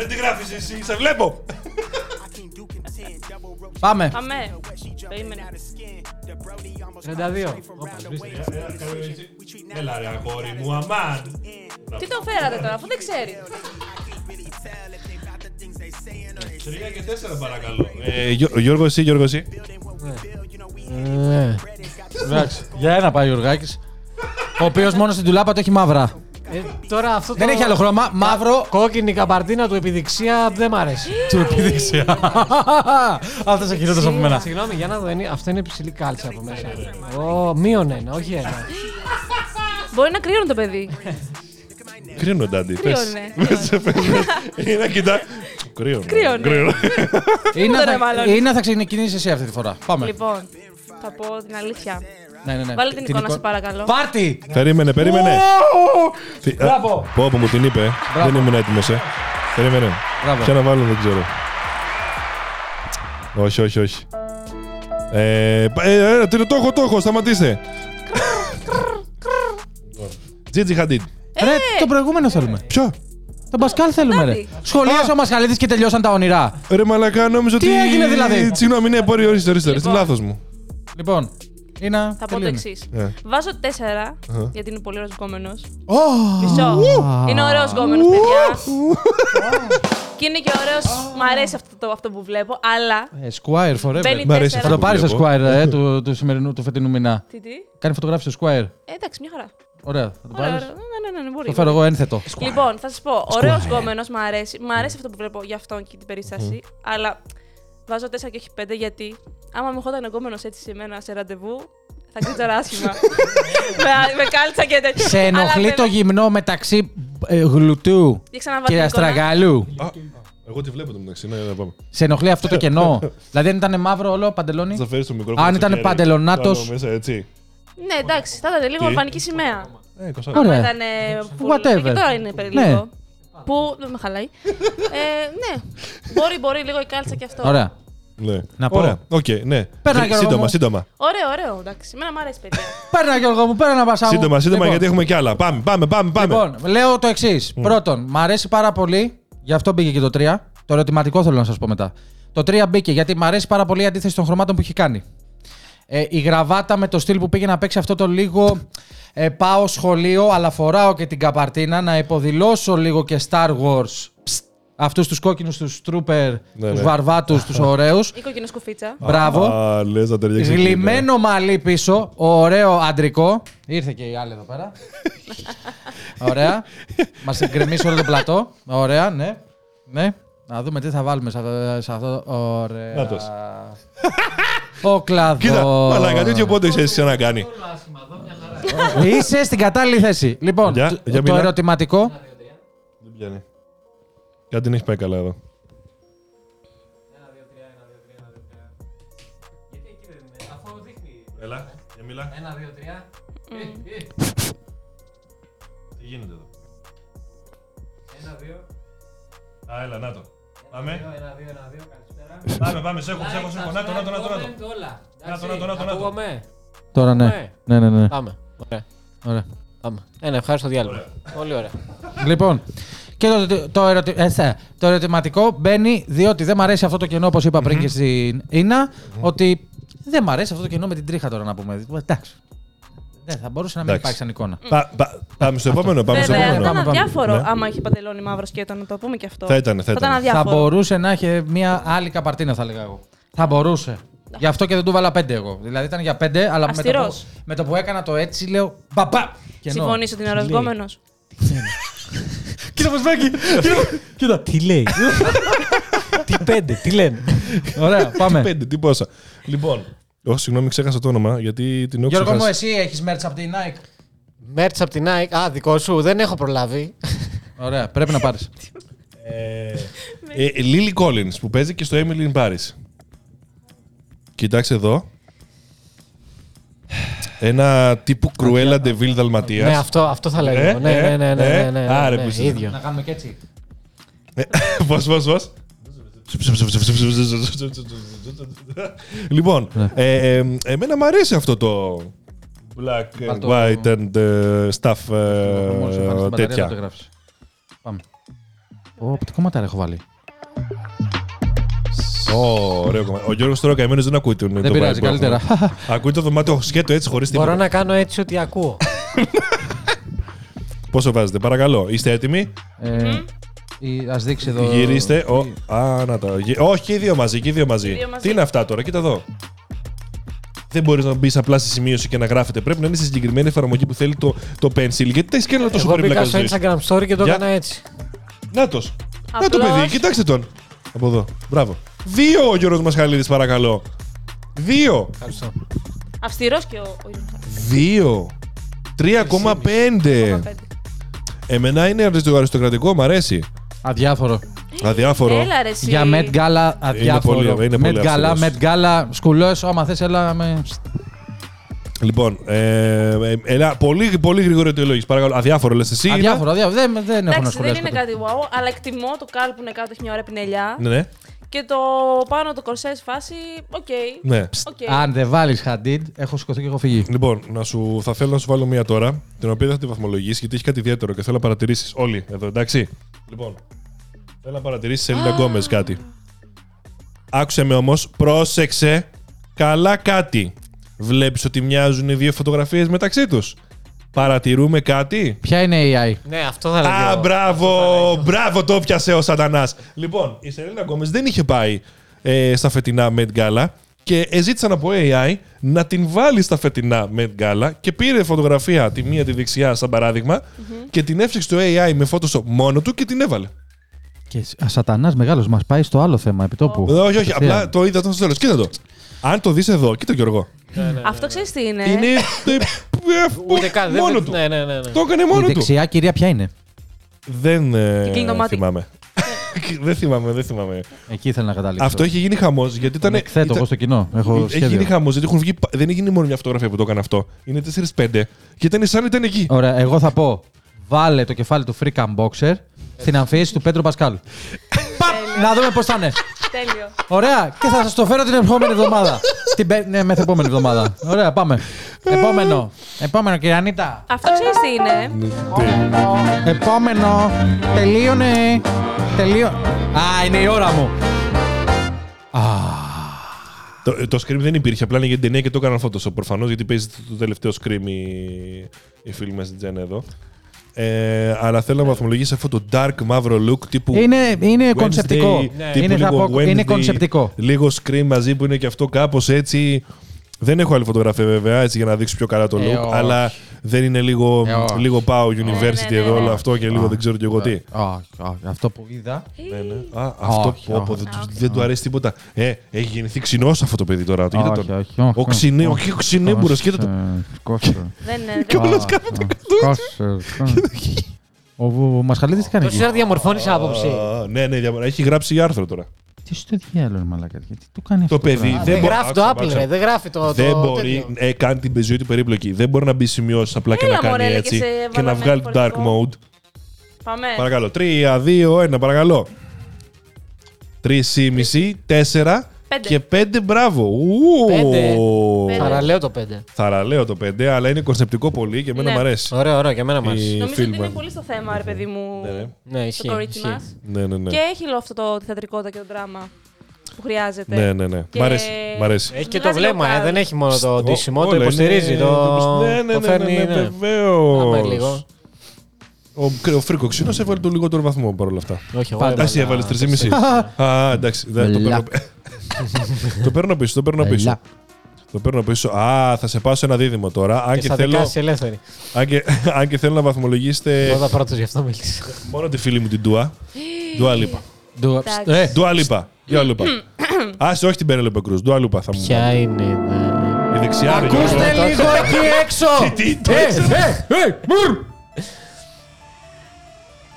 Δεν τη γράφεις εσύ, σε βλέπω. πάμε. Πάμε. Περίμενε. 32. Όπα, Έλα ρε αγόρι μου, αμάν. Τι τον φέρατε τώρα, αφού δεν ξέρει. Τρία και τέσσερα παρακαλώ. Ε, Γιώργος εσύ, Γιώργος εσύ. Ναι. Εντάξει. Για ένα πάει ο Γιωργάκης. Ο οποίος μόνο στην τουλάπα το έχει μαύρα. Ε, τώρα αυτό Δεν το- έχει άλλο χρώμα. Μαύρο. Κόκκινη καμπαρτίνα του επιδειξία δεν μ' αρέσει. Του επιδείξια. Αυτό είναι χειρότερο από μένα. Συγγνώμη, για να δω. είναι- Αυτό είναι ψηλή κάλτσα από μέσα. Ω, μείον ένα, όχι ένα. Μπορεί να κρύωνε το παιδί. Κρίνω, Ντάντι. πες. Κρύωνε. Είναι να κοιτά. ναι. Κρύωνε. Ή Κρύωνε. να Ούτε, ρε, θα- μάλλον. Ή να θα ξεκινήσεις εσύ αυτή τη φορά. Πάμε. Λοιπόν, θα πω την αλήθεια. Ναι, ναι, ναι. Βάλε την εικόνα, σε παρακαλώ. Ναι, Πάρτι! Περίμενε, περίμενε. Τι- α, Μπράβο. Πω, πω, μου την είπε. Μπράβο. Δεν ήμουν έτοιμος, ε. Περίμενε. Μπράβο. Ποια να βάλω, δεν ξέρω. Όχι, όχι, όχι. Ε, πα- ε, ε, τι- το έχω, το έχω, σταματήστε. Τζίτζι Χαντίν. Ε! Ρε, το προηγούμενο θέλουμε. Ποιο? Τον Πασκάλ θέλουμε, ρε. Ντάντι. Σχολίασε ο Μασχαλίδης και τελειώσαν τα όνειρά. Ρε μαλακά, νόμιζα Τι ότι... έγινε, δηλαδή? Συγγνώμη, ναι, μπορεί, ορίστε, ορίστε, ορίστε, Λοιπόν. λάθος μου. Λοιπόν, είναι. Θα πω το εξή. Ε. Βάζω τέσσερα, γιατί είναι πολύ ωραίος γκόμενος. Ω! Μισό. Είναι ωραίος γκόμενος, παιδιά. Και είναι και ωραίος. Μ' αρέσει αυτό, το, αυτό που βλέπω, αλλά. Ε, Squire forever. Μπαίνει Μ' αρέσει τέσσερα. Θα το πάρεις το Βλέπω. Squire ε, του, του σημερινού, του φετινού μηνά. Τι, τι. Κάνει φωτογράφηση στο Squire. Ε, εντάξει, μια χαρά. Ωραία, θα το Ωραία, πάρει. ωραία. Ναι, ναι, ναι, ναι, μπορεί. Το φέρω εγώ ένθετο. Λοιπόν, θα σας πω. Ωραίος γκόμενος, μ' αρέσει. Μ' Ναι. αρέσει αυτό που βλέπω για αυτόν και την περίσταση. Αλλά βάζω 4 και όχι 5 γιατί άμα με χόταν γκόμενο έτσι σε μένα σε ραντεβού, θα κρίτζαρα άσχημα. με, με κάλτσα και τέτοια. Σε Αλλά ενοχλεί βέβαια- το γυμνό μεταξύ ε, γλουτού Για ναι. ξαναβάλω και την εικόνα. αστραγάλου. Α, Εγώ τη βλέπω το μεταξύ, ναι, ναι, πάμε. Σε ενοχλεί αυτό το κενό. δηλαδή, αν ήταν μαύρο όλο παντελόνι. Θα φέρεις το μικρόφωνο Αν στο ήταν χέρι. παντελονάτος. Κάνω Μέσα, έτσι. Ναι, εντάξει, θα ήταν λίγο Τι? αλβανική σημαία. Ναι, Ε, κοσάρα. Ωραία. Ήταν. ε, full. Whatever. Και τώρα είναι περί Ναι. λίγο. Που. Δεν με χαλάει. ε, ναι. Μπορεί, μπορεί λίγο η κάλτσα και αυτό. Ωραία. Ναι. Να πω. Ωραία, οκ, ναι. Παίρνα, Σύ- Γιώργο μου. Σύντομα, σύντομα. Ωραίο, ωραίο. Εντάξει, εμένα μου αρέσει, παιδιά. Παίρνα, Γιώργο μου, παίρνα βασά μου. Σύντομα, σύντομα, Λοιπόν. γιατί έχουμε κι άλλα. Πάμε, πάμε, πάμε. πάμε. Λοιπόν, λέω το εξής. Ναι. Πρώτον, μ' αρέσει πάρα πολύ, γι' αυτό μπήκε και το 3. Το ερωτηματικό θέλω να σας πω μετά. Το 3 μπήκε γιατί μ' αρέσει πάρα πολύ η αντίθεση των χρωμάτων που έχει κάνει. Ε, η γραβάτα με το στυλ που πήγε να παίξει αυτό το λίγο. Ε, πάω σχολείο, αλλά φοράω και την καπαρτίνα να υποδηλώσω λίγο και Star Wars. Αυτούς τους κόκκινους, τους τρούπερ, Ναι, τους ναι. βαρβάτους, τους ωραίους. Η κοκκινή σκουφίτσα. Μπράβο. Α, λες να ταιριάξεις. Γλυμμένο μαλλί πίσω, ωραίο αντρικό. Ήρθε και η άλλη εδώ πέρα. Ωραία. Μας συγκρεμίσει όλο το πλατό. Ωραία, ναι. ναι. Να δούμε τι θα βάλουμε σε αυτό. Σε αυτό. Ωραία. Να τος. Ο κλαδός. Κοίτα, μαλάκα, τέτοιο πόντο έχεις ξανακάνει. Είσαι στην κατάλληλη θέση. Λοιπόν, Για- το- το για μίλα. ερωτηματικό. Δεν πιάνει. Κάτι δεν έχει πάει καλά εδώ. Έλα, για μιλά. Ένα, δύο, τρία. Τι γίνεται εδώ. Ένα, δύο. Α, έλα, να το. Πάμε. Ένα, δύο, ένα, δύο. Καλησπέρα. Πάμε, πάμε, σε έχω, σε έχω, σε έχω. Να το, να το, να το, να το. Όλα. Να το, να το, να το, να το. Ακούγομαι. Τώρα ναι. Ναι. Ναι, ναι, ναι. Πάμε. Ωραία. Ωραία. Πάμε. Ένα ευχάριστο διάλειμμα. Πολύ ωραία. Λοιπόν, και το, το, το, ερωτη- ε, θα- το ερωτηματικό μπαίνει διότι δεν μ' αρέσει αυτό το κενό, όπως είπα πριν και στην Ίνα, ότι δεν μ' αρέσει αυτό το κενό με την τρίχα τώρα να πούμε. Εντάξει. Δεν θα μπορούσε να μην Εντάξει. υπάρχει σαν εικόνα. Πα- πα- Πάμε στο επόμενο, πάμε στο Βέβαια, θα επόμενο. ήταν Πάμε, πάμε. αδιάφορο Ναι. άμα είχε παντελόνι μαύρος σκέτο, να το πούμε και αυτό. Θα ήταν, θα ήταν. Θα αδιάφορο. μπορούσε να είχε μια άλλη καπαρτίνα, θα λέγα εγώ. Θα μπορούσε. Γι' αυτό και δεν του βάλα πέντε εγώ. Δηλαδή ήταν για πέντε, αλλά με το, που, Αυστηρός. με το που έκανα το έτσι λέω. Μπαμπά! Κενό. Συμφωνήσω ότι είναι αεροσγόμενο. Κοίτα, Πασμάκη! Κοίτα. Τι λέει. Τι πέντε, τι λένε. Ωραία, πάμε. Πέντε, τι πόσα. Λοιπόν, όχι, συγγνώμη, ξέχασα το όνομα γιατί την έχω Γιώργο μου, ξεχάσει. εσύ έχεις μέρτσα από την Nike. Μέρτσα από την Nike. Α, δικό σου. Δεν έχω προλάβει. Ωραία, πρέπει να πάρεις. Ε, Λίλι Collins που παίζει και στο Emily in Paris. Κοιτάξτε εδώ. Ένα τύπου κρουέλα Ντεβίλ Δαλματία. Ναι, αυτό, αυτό θα λέγαμε. Ε, ναι, ε, ναι, ναι, ναι, ναι, ε, ναι, ναι, άρε ναι, που είσαι. ίδιο. Να κάνουμε και έτσι. Πώς, πώς, πώς. Λοιπόν, Ναι. ε, ε, εμένα μου αρέσει αυτό το black and Βάλ' το- white and ε, stuff ε, Μόλις εμφανιστεί η μπαταρία, θα το τέτοια. γράψεις. Πάμε. Ω, τι κομμάτι έχω βάλει. Ω, Ωραίο κομμάτι. Ο Γιώργος τώρα καημένος δεν ακούει τον Δεν πειράζει, καλύτερα. Ακούει το δωμάτιο σκέτο έτσι χωρίς Μπορώ τίποτα. να κάνω έτσι ότι ακούω. Πόσο βάζετε, παρακαλώ. Είστε έτοιμοι. Ε, η- Ας δείξει Ε, εδώ. Γυρίστε. Ο, α, να τα. γυ- Όχι, και οι δύο μαζί, και οι δύο μαζί. δύο μαζί. Τι είναι αυτά τώρα, κοίτα εδώ. Δεν μπορείς να μπεις απλά στη σημείωση και να γράφετε. Πρέπει να είναι στη συγκεκριμένη εφαρμογή που θέλει το, το pencil. Γιατί τα έχει και ένα τόσο Εγώ μπήκα περίπλακο στο ζωής. Instagram story και το Για. έκανα έτσι. Να τος. Να το Απλώς. παιδί, κοιτάξτε τον. Από εδώ. Μπράβο. Δύο ο Γιώργος Μασχαλίδης, παρακαλώ. Δύο. Ευχαριστώ. Αυστηρός και ο. ο Ιωάννης. Δύο. 3,5. Πέντε. Εμένα είναι αριστο- αριστοκρατικό, μ' αρέσει. Αδιάφορο. Αδιάφορο. Ε, Έλα ρε εσύ. Για Met Gala αδιάφορο. πολύ- είναι πολύ Met Gala, αυστηρός. Met Gala, σκουλός, άμα θες έλα με... Λοιπόν, ε, ε, έλα, πολύ, πολύ γρήγορα αιτιολόγηση, παρακαλώ. Αδιάφορο λες εσύ. είναι. Αδιάφορο, αδιάφορο, δεν, δεν έχω να Εντάξει, δεν σχολιάσω. είναι ποτέ. κάτι wow, αλλά εκτιμώ το κάλ που είναι κάτω έχει μια ωραία πινελιά. Ναι, ναι. Και το πάνω το κορσές φάση, οκ. ναι. Οκ. Αν δεν βάλεις Χαντίντ, έχω σηκωθεί και έχω φύγει. Λοιπόν, να σου, θα θέλω να σου βάλω μία τώρα, την οποία θα τη βαθμολογήσεις, γιατί έχει κάτι ιδιαίτερο και θέλω να παρατηρήσεις. Όλοι εδώ, εντάξει. Λοιπόν, θέλω να παρατηρήσεις Ελίνα Γκόμες κάτι. Άκουσε με όμως, πρόσεξε καλά κάτι. Βλέπεις ότι μοιάζουν οι δύο φωτογραφίες μεταξύ τους. Παρατηρούμε κάτι. Ποια είναι η AI. Ναι, αυτό θα λέγαμε. Α, μπράβο, μπράβο, το πιάσε ο Σατανάς. Λοιπόν, η Σελίνα Γκόμες δεν είχε πάει ε, στα φετινά Met Gala και ζήτησαν από AI να την βάλει στα φετινά Met Gala και πήρε φωτογραφία τη μία τη δεξιά, σαν παραδειγμα και την έφτιαξε το AI με Photoshop μόνο του και την έβαλε. Και σατανάς μεγάλος, μας πάει στο άλλο θέμα επιτόπου. Ε, όχι, όχι, Κατευθείαν. απλά το είδα αυτό στο τέλο. Κοίτα το. Αν το δεις εδώ, κοίτα Γιώργο. Αυτό ξέρεις τι είναι. Ναι. Είναι. ε, Ούτε καν. δεν- μόνο του. Ναι, ναι, ναι. ναι. Το έκανε Η μόνο του. δεξιά κυρία ποια είναι. Δεν ε, Και κλείνει το μάτι. Ε. θυμάμαι. δεν θυμάμαι, δεν θυμάμαι. Εκεί ήθελα να καταλήξω. Αυτό έχει γίνει χαμός γιατί ήταν. Τον εκθέτω ήταν- εγώ στο κοινό. Έχω Έχει σχέδιο. γίνει χαμός, γιατί έχουν βγει, πα- δεν έγινε μόνο μια φωτογραφία που το έκανε αυτό. Είναι 4-5 και ήταν σαν ήταν εκεί. Ωραία, εγώ θα πω. Βάλε το κεφάλι του Free Cam Boxer στην αμφίεση του Πέντρο Πασκάλ. Παπ! Να δούμε πώς θα είναι. Τέλειο. Ωραία, και θα σας το φέρω την επόμενη εβδομάδα. την πέ... Ναι, μεθεπόμενη εβδομάδα. Ωραία, πάμε. Επόμενο. Επόμενο, κυρία Ανίτα. Αυτό ξέρεις τι Ναι. είναι. Επόμενο. Τελείωνε. Τελείωνε. Α, είναι η ώρα μου. Το, το scream δεν υπήρχε, απλά είναι για την ταινία και το έκαναν Photoshop προφανώς, γιατί παίζει το τελευταίο scream η, η φίλη μα Τζένα εδώ. Ε, αλλά θέλω να βαθμολογήσει αυτό το dark μαύρο look τύπου. Είναι, είναι Wednesday, κονσεπτικό. τύπου Είναι, θα λίγο πω, είναι Wednesday, κονσεπτικό. Λίγο scream μαζί που είναι και αυτό κάπως έτσι. Δεν έχω άλλη φωτογραφία βέβαια έτσι για να δείξω πιο καλά το Ε, look, όχι. αλλά δεν είναι λίγο, Ε, όχι. λίγο πάω university ναι, ναι, εδώ ναι. όλο αυτό και λίγο δεν ξέρω και εγώ τι. Α, α, αυτό που είδα. Ναι, ναι. Α, αυτό Όχι, πω, πω, όχι. δεν, του- δεν του αρέσει τίποτα. Ε, έχει γεννηθεί ξινός αυτό το παιδί τώρα. Το κοίτα Όχι, τον. όχι, ε, όχι, Ο ξινέ- ο ο ξινέμπουρος, κοίτα το. Κόσε. Δεν είναι. Και δεν- όλος κάτω το Κόσε. Ο Μασχαλίδης τι κάνει Τόση εκεί. ώρα διαμορφώνεις άποψη. Ε. Α, Ναι, ναι, διαμο- έχει γράψει άρθρο τώρα. Τι στο διάλογο, μαλάκα. Τι το κάνει Το αυτό. παιδί πράγμα. δεν Δεν μπο- γράφει το άκουσα, Apple, άκουσα. ρε. Δεν γράφει το. Δεν το μπορεί, τέτοιο. ε, κάνει την ζωή του περίπλοκη. Δεν μπορεί να μπει σημειώσεις απλά και Έλα, να κάνει μωρέ, και έτσι σε Ε. και να βαλαμένο βγάλει το dark χωρικό. mode. Πάμε. Παρακαλώ. 3, 2, 1, παρακαλώ. 3,5, 4 Πέντε. και 5, μπράβο. Ου, Πέντε. Ναι. Πέντε. Παραλέω το 5. Θαραλέω το 5, αλλά είναι κονσεπτικό πολύ και εμένα Ναι. μου αρέσει. Ωραίο, ωραίο, και εμένα μου αρέσει. Η Νομίζω ότι Φίλμα. είναι πολύ στο θέμα, ρε παιδί μου. Ναι, ναι. Ναι, Το ισχύει. κορίτσι ισχύει. μας. Ναι, ναι, ναι. Και έχει όλο αυτό το τη θεατρικότητα και το δράμα που χρειάζεται. Ναι, ναι, ναι. Και- Μ' αρέσει. Μ' αρέσει. Έχει και το Βγάζει βλέμμα, λοκάρι. ε, δεν έχει μόνο το Ο- ντύσιμο, το όλα υποστηρίζει. είναι- Το Ναι, ναι, το ναι, φέρνει, ναι, ναι. Πάμε λίγο. βεβαίω. Ο, ο Φρίκο Ξύνο έβαλε το λιγότερο βαθμό παρόλα αυτά. Όχι, εγώ Πάλι. έβαλα- Εσύ έβαλες 3,5. Α, εντάξει. Ε, δεν- Το παίρνω, Μπελά. το παίρνω πίσω, το παίρνω πίσω. Μπελά. Το παίρνω πίσω. Α, θα σε πάσω ένα δίδυμο τώρα. Αν Και και, στα θέλω, δικάσει ελεύθερη. αν, και, αν και θέλω να βαθμολογήσετε Εγώ πρώτο γι' αυτό μίλησα. μόνο τη φίλη μου την Ντουα. Ντουα Λίπα. Ντου- Εντάξει. Ε, Ντουα Λίπα. Ντουα Λίπα. Άσε, όχι την Πένελοπε Κρούς. Ντουα Λίπα θα μου Ποια είναι. ναι. Η δεξιά. ρε, Ακούστε Ε, Γιώργο. λίγο εκεί έξω! Τι, τι, Ε, τι. ε, ε, μπουρ.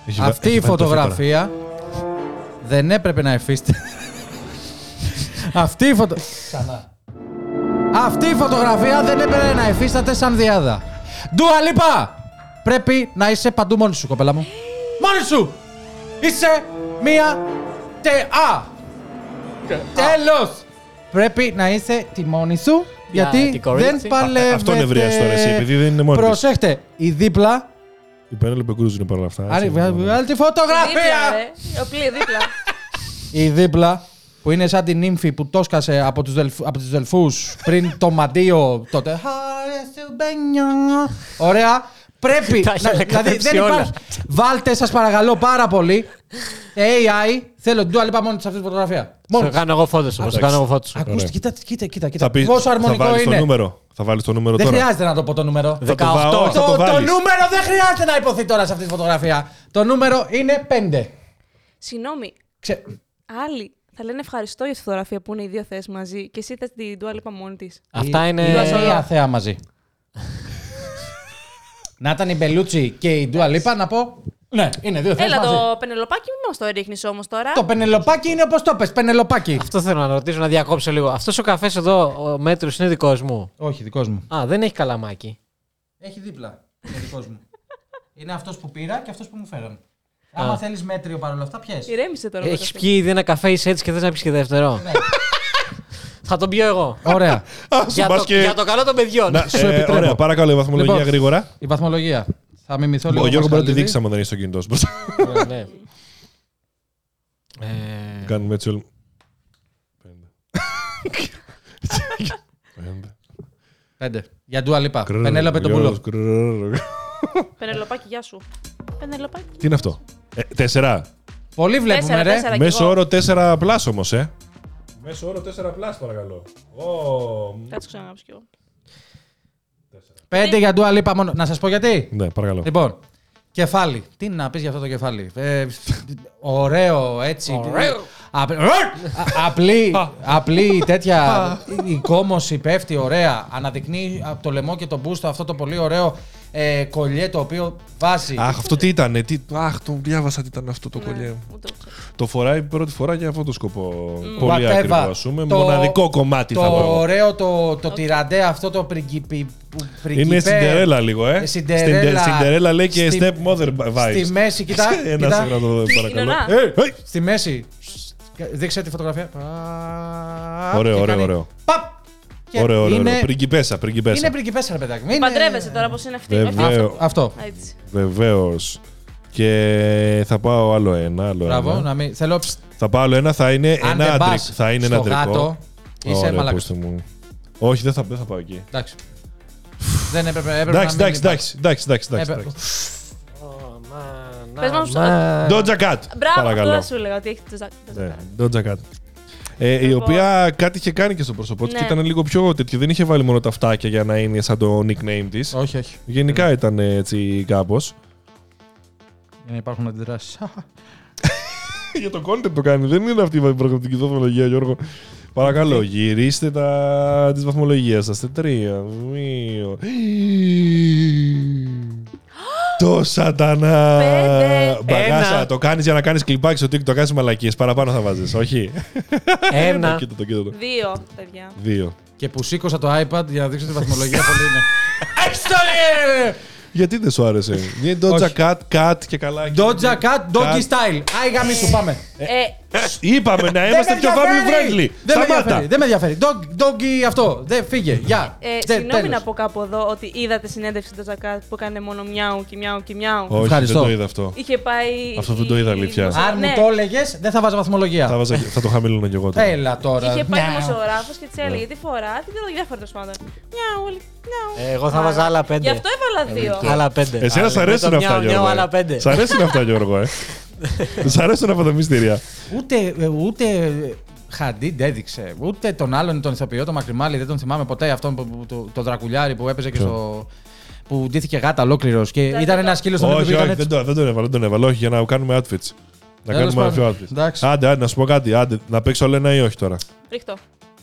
Έχει βα- Αυτή έχει η βάλει το αυτό τώρα. φωτογραφία δεν έπρεπε να εφίστη. Αυτή η φωτο... Αυτή η φωτογραφία δεν έπρεπε να υφίσταται σαν διάδα. Ντούα Λίπα! Πρέπει να είσαι παντού μόνη σου, κοπέλα μου. Μόνη σου! Είσαι μία τεά! Τέλος! Πρέπει να είσαι τη μόνη σου, γιατί την κορίτσι. ε, δεν παλεύετε. Αυτό νευρίασε τώρα εσύ, επειδή δεν είναι μόνη της. Προσέχτε, η δίπλα... Η Πένελοπε Κρούζ είναι παρόλα αυτά. Άρη, έτσι. βγα- βγάλε τη φωτογραφία! Δίπλα, ε. ρε. Οπλή, δίπλα. η δίπλα που είναι σαν την ύμφη που τόσκασε από τους, δελφ, από τους δελφούς πριν το μαντίο τότε. Χάρε σου, μπένιο. Ωραία. Πρέπει. δηλαδή, Τα είχε ανακατέψει όλα. Βάλτε, σας παρακαλώ πάρα πολύ. AI, θέλω την Dua Lipa μόνη της αυτή τη φωτογραφία. Σου Μόνη της. κάνω εγώ φώτο όμω. Σου Εντάξει. κάνω εγώ φώτο. Ακούστε, Ωραία. κοίτα, κοίτα, κοίτα. κοίτα. Θα, πεις, Πόσο θα αρμονικό βάλεις το είναι. νούμερο. Θα βάλεις το νούμερο Δεν τώρα. χρειάζεται να το πω το νούμερο. Θα το, βάω, 18. θα το, το το βάλεις. νούμερο δεν χρειάζεται να υποθεί τώρα σε αυτή τη φωτογραφία. Το νούμερο είναι 5. Συγγνώμη, Ξε... άλλοι θα λένε ευχαριστώ για τη φωτογραφία που είναι οι δύο θέσει μαζί και εσύ θες την Dua Lipa μόνη της. Αυτά είναι. Η μία θέα μαζί. να ήταν η Μπελούτσι και η Ντούα Λίπα να πω. Ναι, είναι δύο θέες Έλα μαζί. το πενελοπάκι, μην μας το ρίχνεις όμως τώρα. Το πενελοπάκι είναι όπως το πες, πενελοπάκι. Αυτό θέλω να ρωτήσω, να διακόψω λίγο. Αυτός ο καφές εδώ, ο μέτρος, είναι δικός μου. Όχι, δικός μου. Α, δεν έχει καλαμάκι. Έχει δίπλα. Είναι δικός μου. είναι αυτός που πήρα και αυτός που μου φέραν. Άμα θέλεις μέτριο παρόλα αυτά, πιες. Ηρέμησε τώρα. Έχεις Κώστα. πιει ήδη ένα καφέ, είσαι έτσι και θες να πει και δεύτερο. Θα τον πιω εγώ. Ωραία. Α, σου Για πας το, και... για το καλό των παιδιών. Να, Σου ε, επιτρέπω. Ωραία, παρακαλώ, η βαθμολογία Λοιπόν. γρήγορα. Η βαθμολογία. Θα μιμηθώ λίγο. Ο Γιώργο μπορεί να Πασχαλίδη. τη δείξει άμα δεν έχει το κινητό σου. μπροστά. Ε, ναι. Ε, Κάνουμε έτσι όλοι. Πέντε. Πέντε. Πέντε. Για Ντούα Λίπα. Κρρρ, Πενέλοπε τον Γιώργος, πουλό. κρρρ. Πενελοπάκι, γεια σου. Πενελοπάκι. Τι είναι αυτό. Ε, Τέσσερα. Πολύ βλέπουμε, Τέσσερα, ρε. τέσσερα κι Μέσο εγώ. όρο 4 πλάσ όμως, ε. Μέσο όρο 4 πλάσ, παρακαλώ. Ω, Κάτσε ξαναγράψω κι εγώ. Πέντε για Ντούα Λίπα μόνο. Να σας πω γιατί. Ναι, παρακαλώ. Λοιπόν, κεφάλι. Τι να πεις για αυτό το κεφάλι. Ε, ωραίο έτσι. Ωραίο. Απ- Α, απλή, απλή τέτοια η κόμωση πέφτει ωραία. Αναδεικνύει από το λαιμό και το μπούστο αυτό το πολύ ωραίο ε, κολλιέ το οποίο βάζει. Αχ, αυτό τι ήταν. Τι... Αχ, τον διάβασα τι ήταν αυτό το κολλιέ. Ούτε το ξέρω. Το φοράει πρώτη φορά για αυτό το σκοπό. Πολύ Whatever. ακριβό, ας πούμε. Το- Μοναδικό κομμάτι το θα πω. ωραίο το, το τυραντέ αυτό το πριγκιπι, που- πριγκιπέ. Είναι Σιντερέλα λίγο, ε. Ε, Σιντερέλα. Σιντε- Σιντερέλα λέει και Στη- step mother vibes. Στη μέση, κοιτά. Ένα κοιτά. να το δω, παρακαλώ. Κοινωνά. Ε, ε, Στη μέση. Δείξε τη φωτογραφία. Ωραίο, Και ωραίο, κάνει ωραίο. Παπ! Και Ωραίο, ωραίο. είναι- ωραίο. Πριγκιπέσα, πριγκιπέσα. Είναι πριγκιπέσσα, ρε παιδάκι. μου. Είναι- Ε, Παντρεύεσαι τώρα πώς είναι αυτή. Βεβαίως. Όχι αυτό. Ε, Αυτό. Έτσι. Βεβαίως. Και θα πάω άλλο ένα. Άλλο Μπράβο, ένα. να μην. Θέλω. ψ, Θα πάω άλλο ένα, θα είναι αν ένα δεν πας άντρικ. Θα είναι στο ένα αντρικό. γάτο, Είσαι Ωραία, μαλακά. πούστε μου. Όχι, δεν θα, δεν θα πάω εκεί. Εντάξει. Δεν έπρεπε. έπρεπε Εντάξει, να μην Ε, εντάξει, εντάξει, εντάξει, εντάξει, εντάξει, Έπρεπε- εντάξει. Πες μας- Ντότζα Κάτ, Μπράβο, παρακαλώ. αυτό σου λέγα ότι έχεις το ζάκ- το Ναι, ζάκ. Ντότζα Κάτ. Ε, η Λοιπόν. οποία κάτι είχε κάνει και στο πρόσωπό της Ναι. και ήταν λίγο πιο τέτοιο. Δεν είχε βάλει μόνο τα φτάκια για να είναι σαν το nickname της. Όχι, όχι. Γενικά ήταν ε, έτσι κάπω. Για να υπάρχουν αντιδράσεις. για το content το κάνει, δεν είναι αυτή η πραγματική βαθμολογία, Γιώργο. Παρακαλώ, γυρίστε τα... τις βαθμολογίες σας. Σε τρία, δύο... Το σατανά! Πέντε, Μπαγκάσα, ένα. το κάνεις για να κάνεις κλιπάκι στο TikTok, κάνεις μαλακίες. Παραπάνω θα βάζεις, όχι. ένα. Κοίτα το, κοίτα το. Δύο, παιδιά. Δύο. Και που σήκωσα το iPad για να δείξω τη βαθμολογία πολύ είναι. Γιατί δεν σου άρεσε. Είναι Doja Όχι. Cat, Cat και καλά. Doja Cat, Doggy Style. Άι γαμί σου, πάμε. Ε, Είπαμε να είμαστε Δεν πιο με family friendly. ενδιαφέρει. Δεν με Σταμάτα. ενδιαφέρει. Δεν με ενδιαφέρει. Dog- Doggy αυτό. Δεν φύγε. Γεια. ε, Τε- συγγνώμη τέλος. να πω κάπου εδώ ότι είδατε συνέντευξη του Ζακάτ που έκανε μόνο μιάου και μιάου και μιάου. Όχι, δεν Ευχαριστώ. το είδα αυτό. Είχε πάει. Αυτό δεν το είδα, η- αλήθεια. η δημοσιο- Αν ναι. μου το έλεγες, δεν θα βάζα Θα, βαθμολογία. βάζα- θα το χαμηλώνω κι εγώ τώρα. Έλα τώρα. Είχε Ναι. πάει Μια. δημοσιογράφος και τη Ναι. έλεγε τι φορά, τι δεν διάφορα τέλος πάντων. Μιάου, όλοι. μιάου. Ε, εγώ θα βάζα άλλα πέντε. Γι' αυτό Ε, έβαλα δύο. Άλλα πέντε. Εσένα Άλλα- σ' με το αρέσουν αυτά, μιάου, μιάου, Γιώργο. ε. Άλλα πέντε. Σ' αρέσουν αυτά, Γιώργο, ε. Σ' αρέσουν αυτά τα μυστήρια. Ούτε, ε, ούτε ε, Χαντίντ έδειξε. Ούτε τον άλλον τον ηθοποιό, τον Μακριμάλη, δεν τον θυμάμαι ποτέ. Αυτόν που, που- το, το δρακουλιάρι που έπαιζε και στο. που ντύθηκε γάτα ολόκληρος. Και Δεν ήταν το- ένας σκύλος στον Όχι, οποίο όχι, ήταν δεν το- δεν τον έβαλα, δεν τον έβαλα. Όχι, για να κάνουμε outfits. Να Τέλος κάνουμε πιο πάντων. outfits. Εντάξει. Άντε, άντε, να σου πω κάτι. Άντε, να παίξω άλλο ένα ή όχι τώρα. Ρίχτω.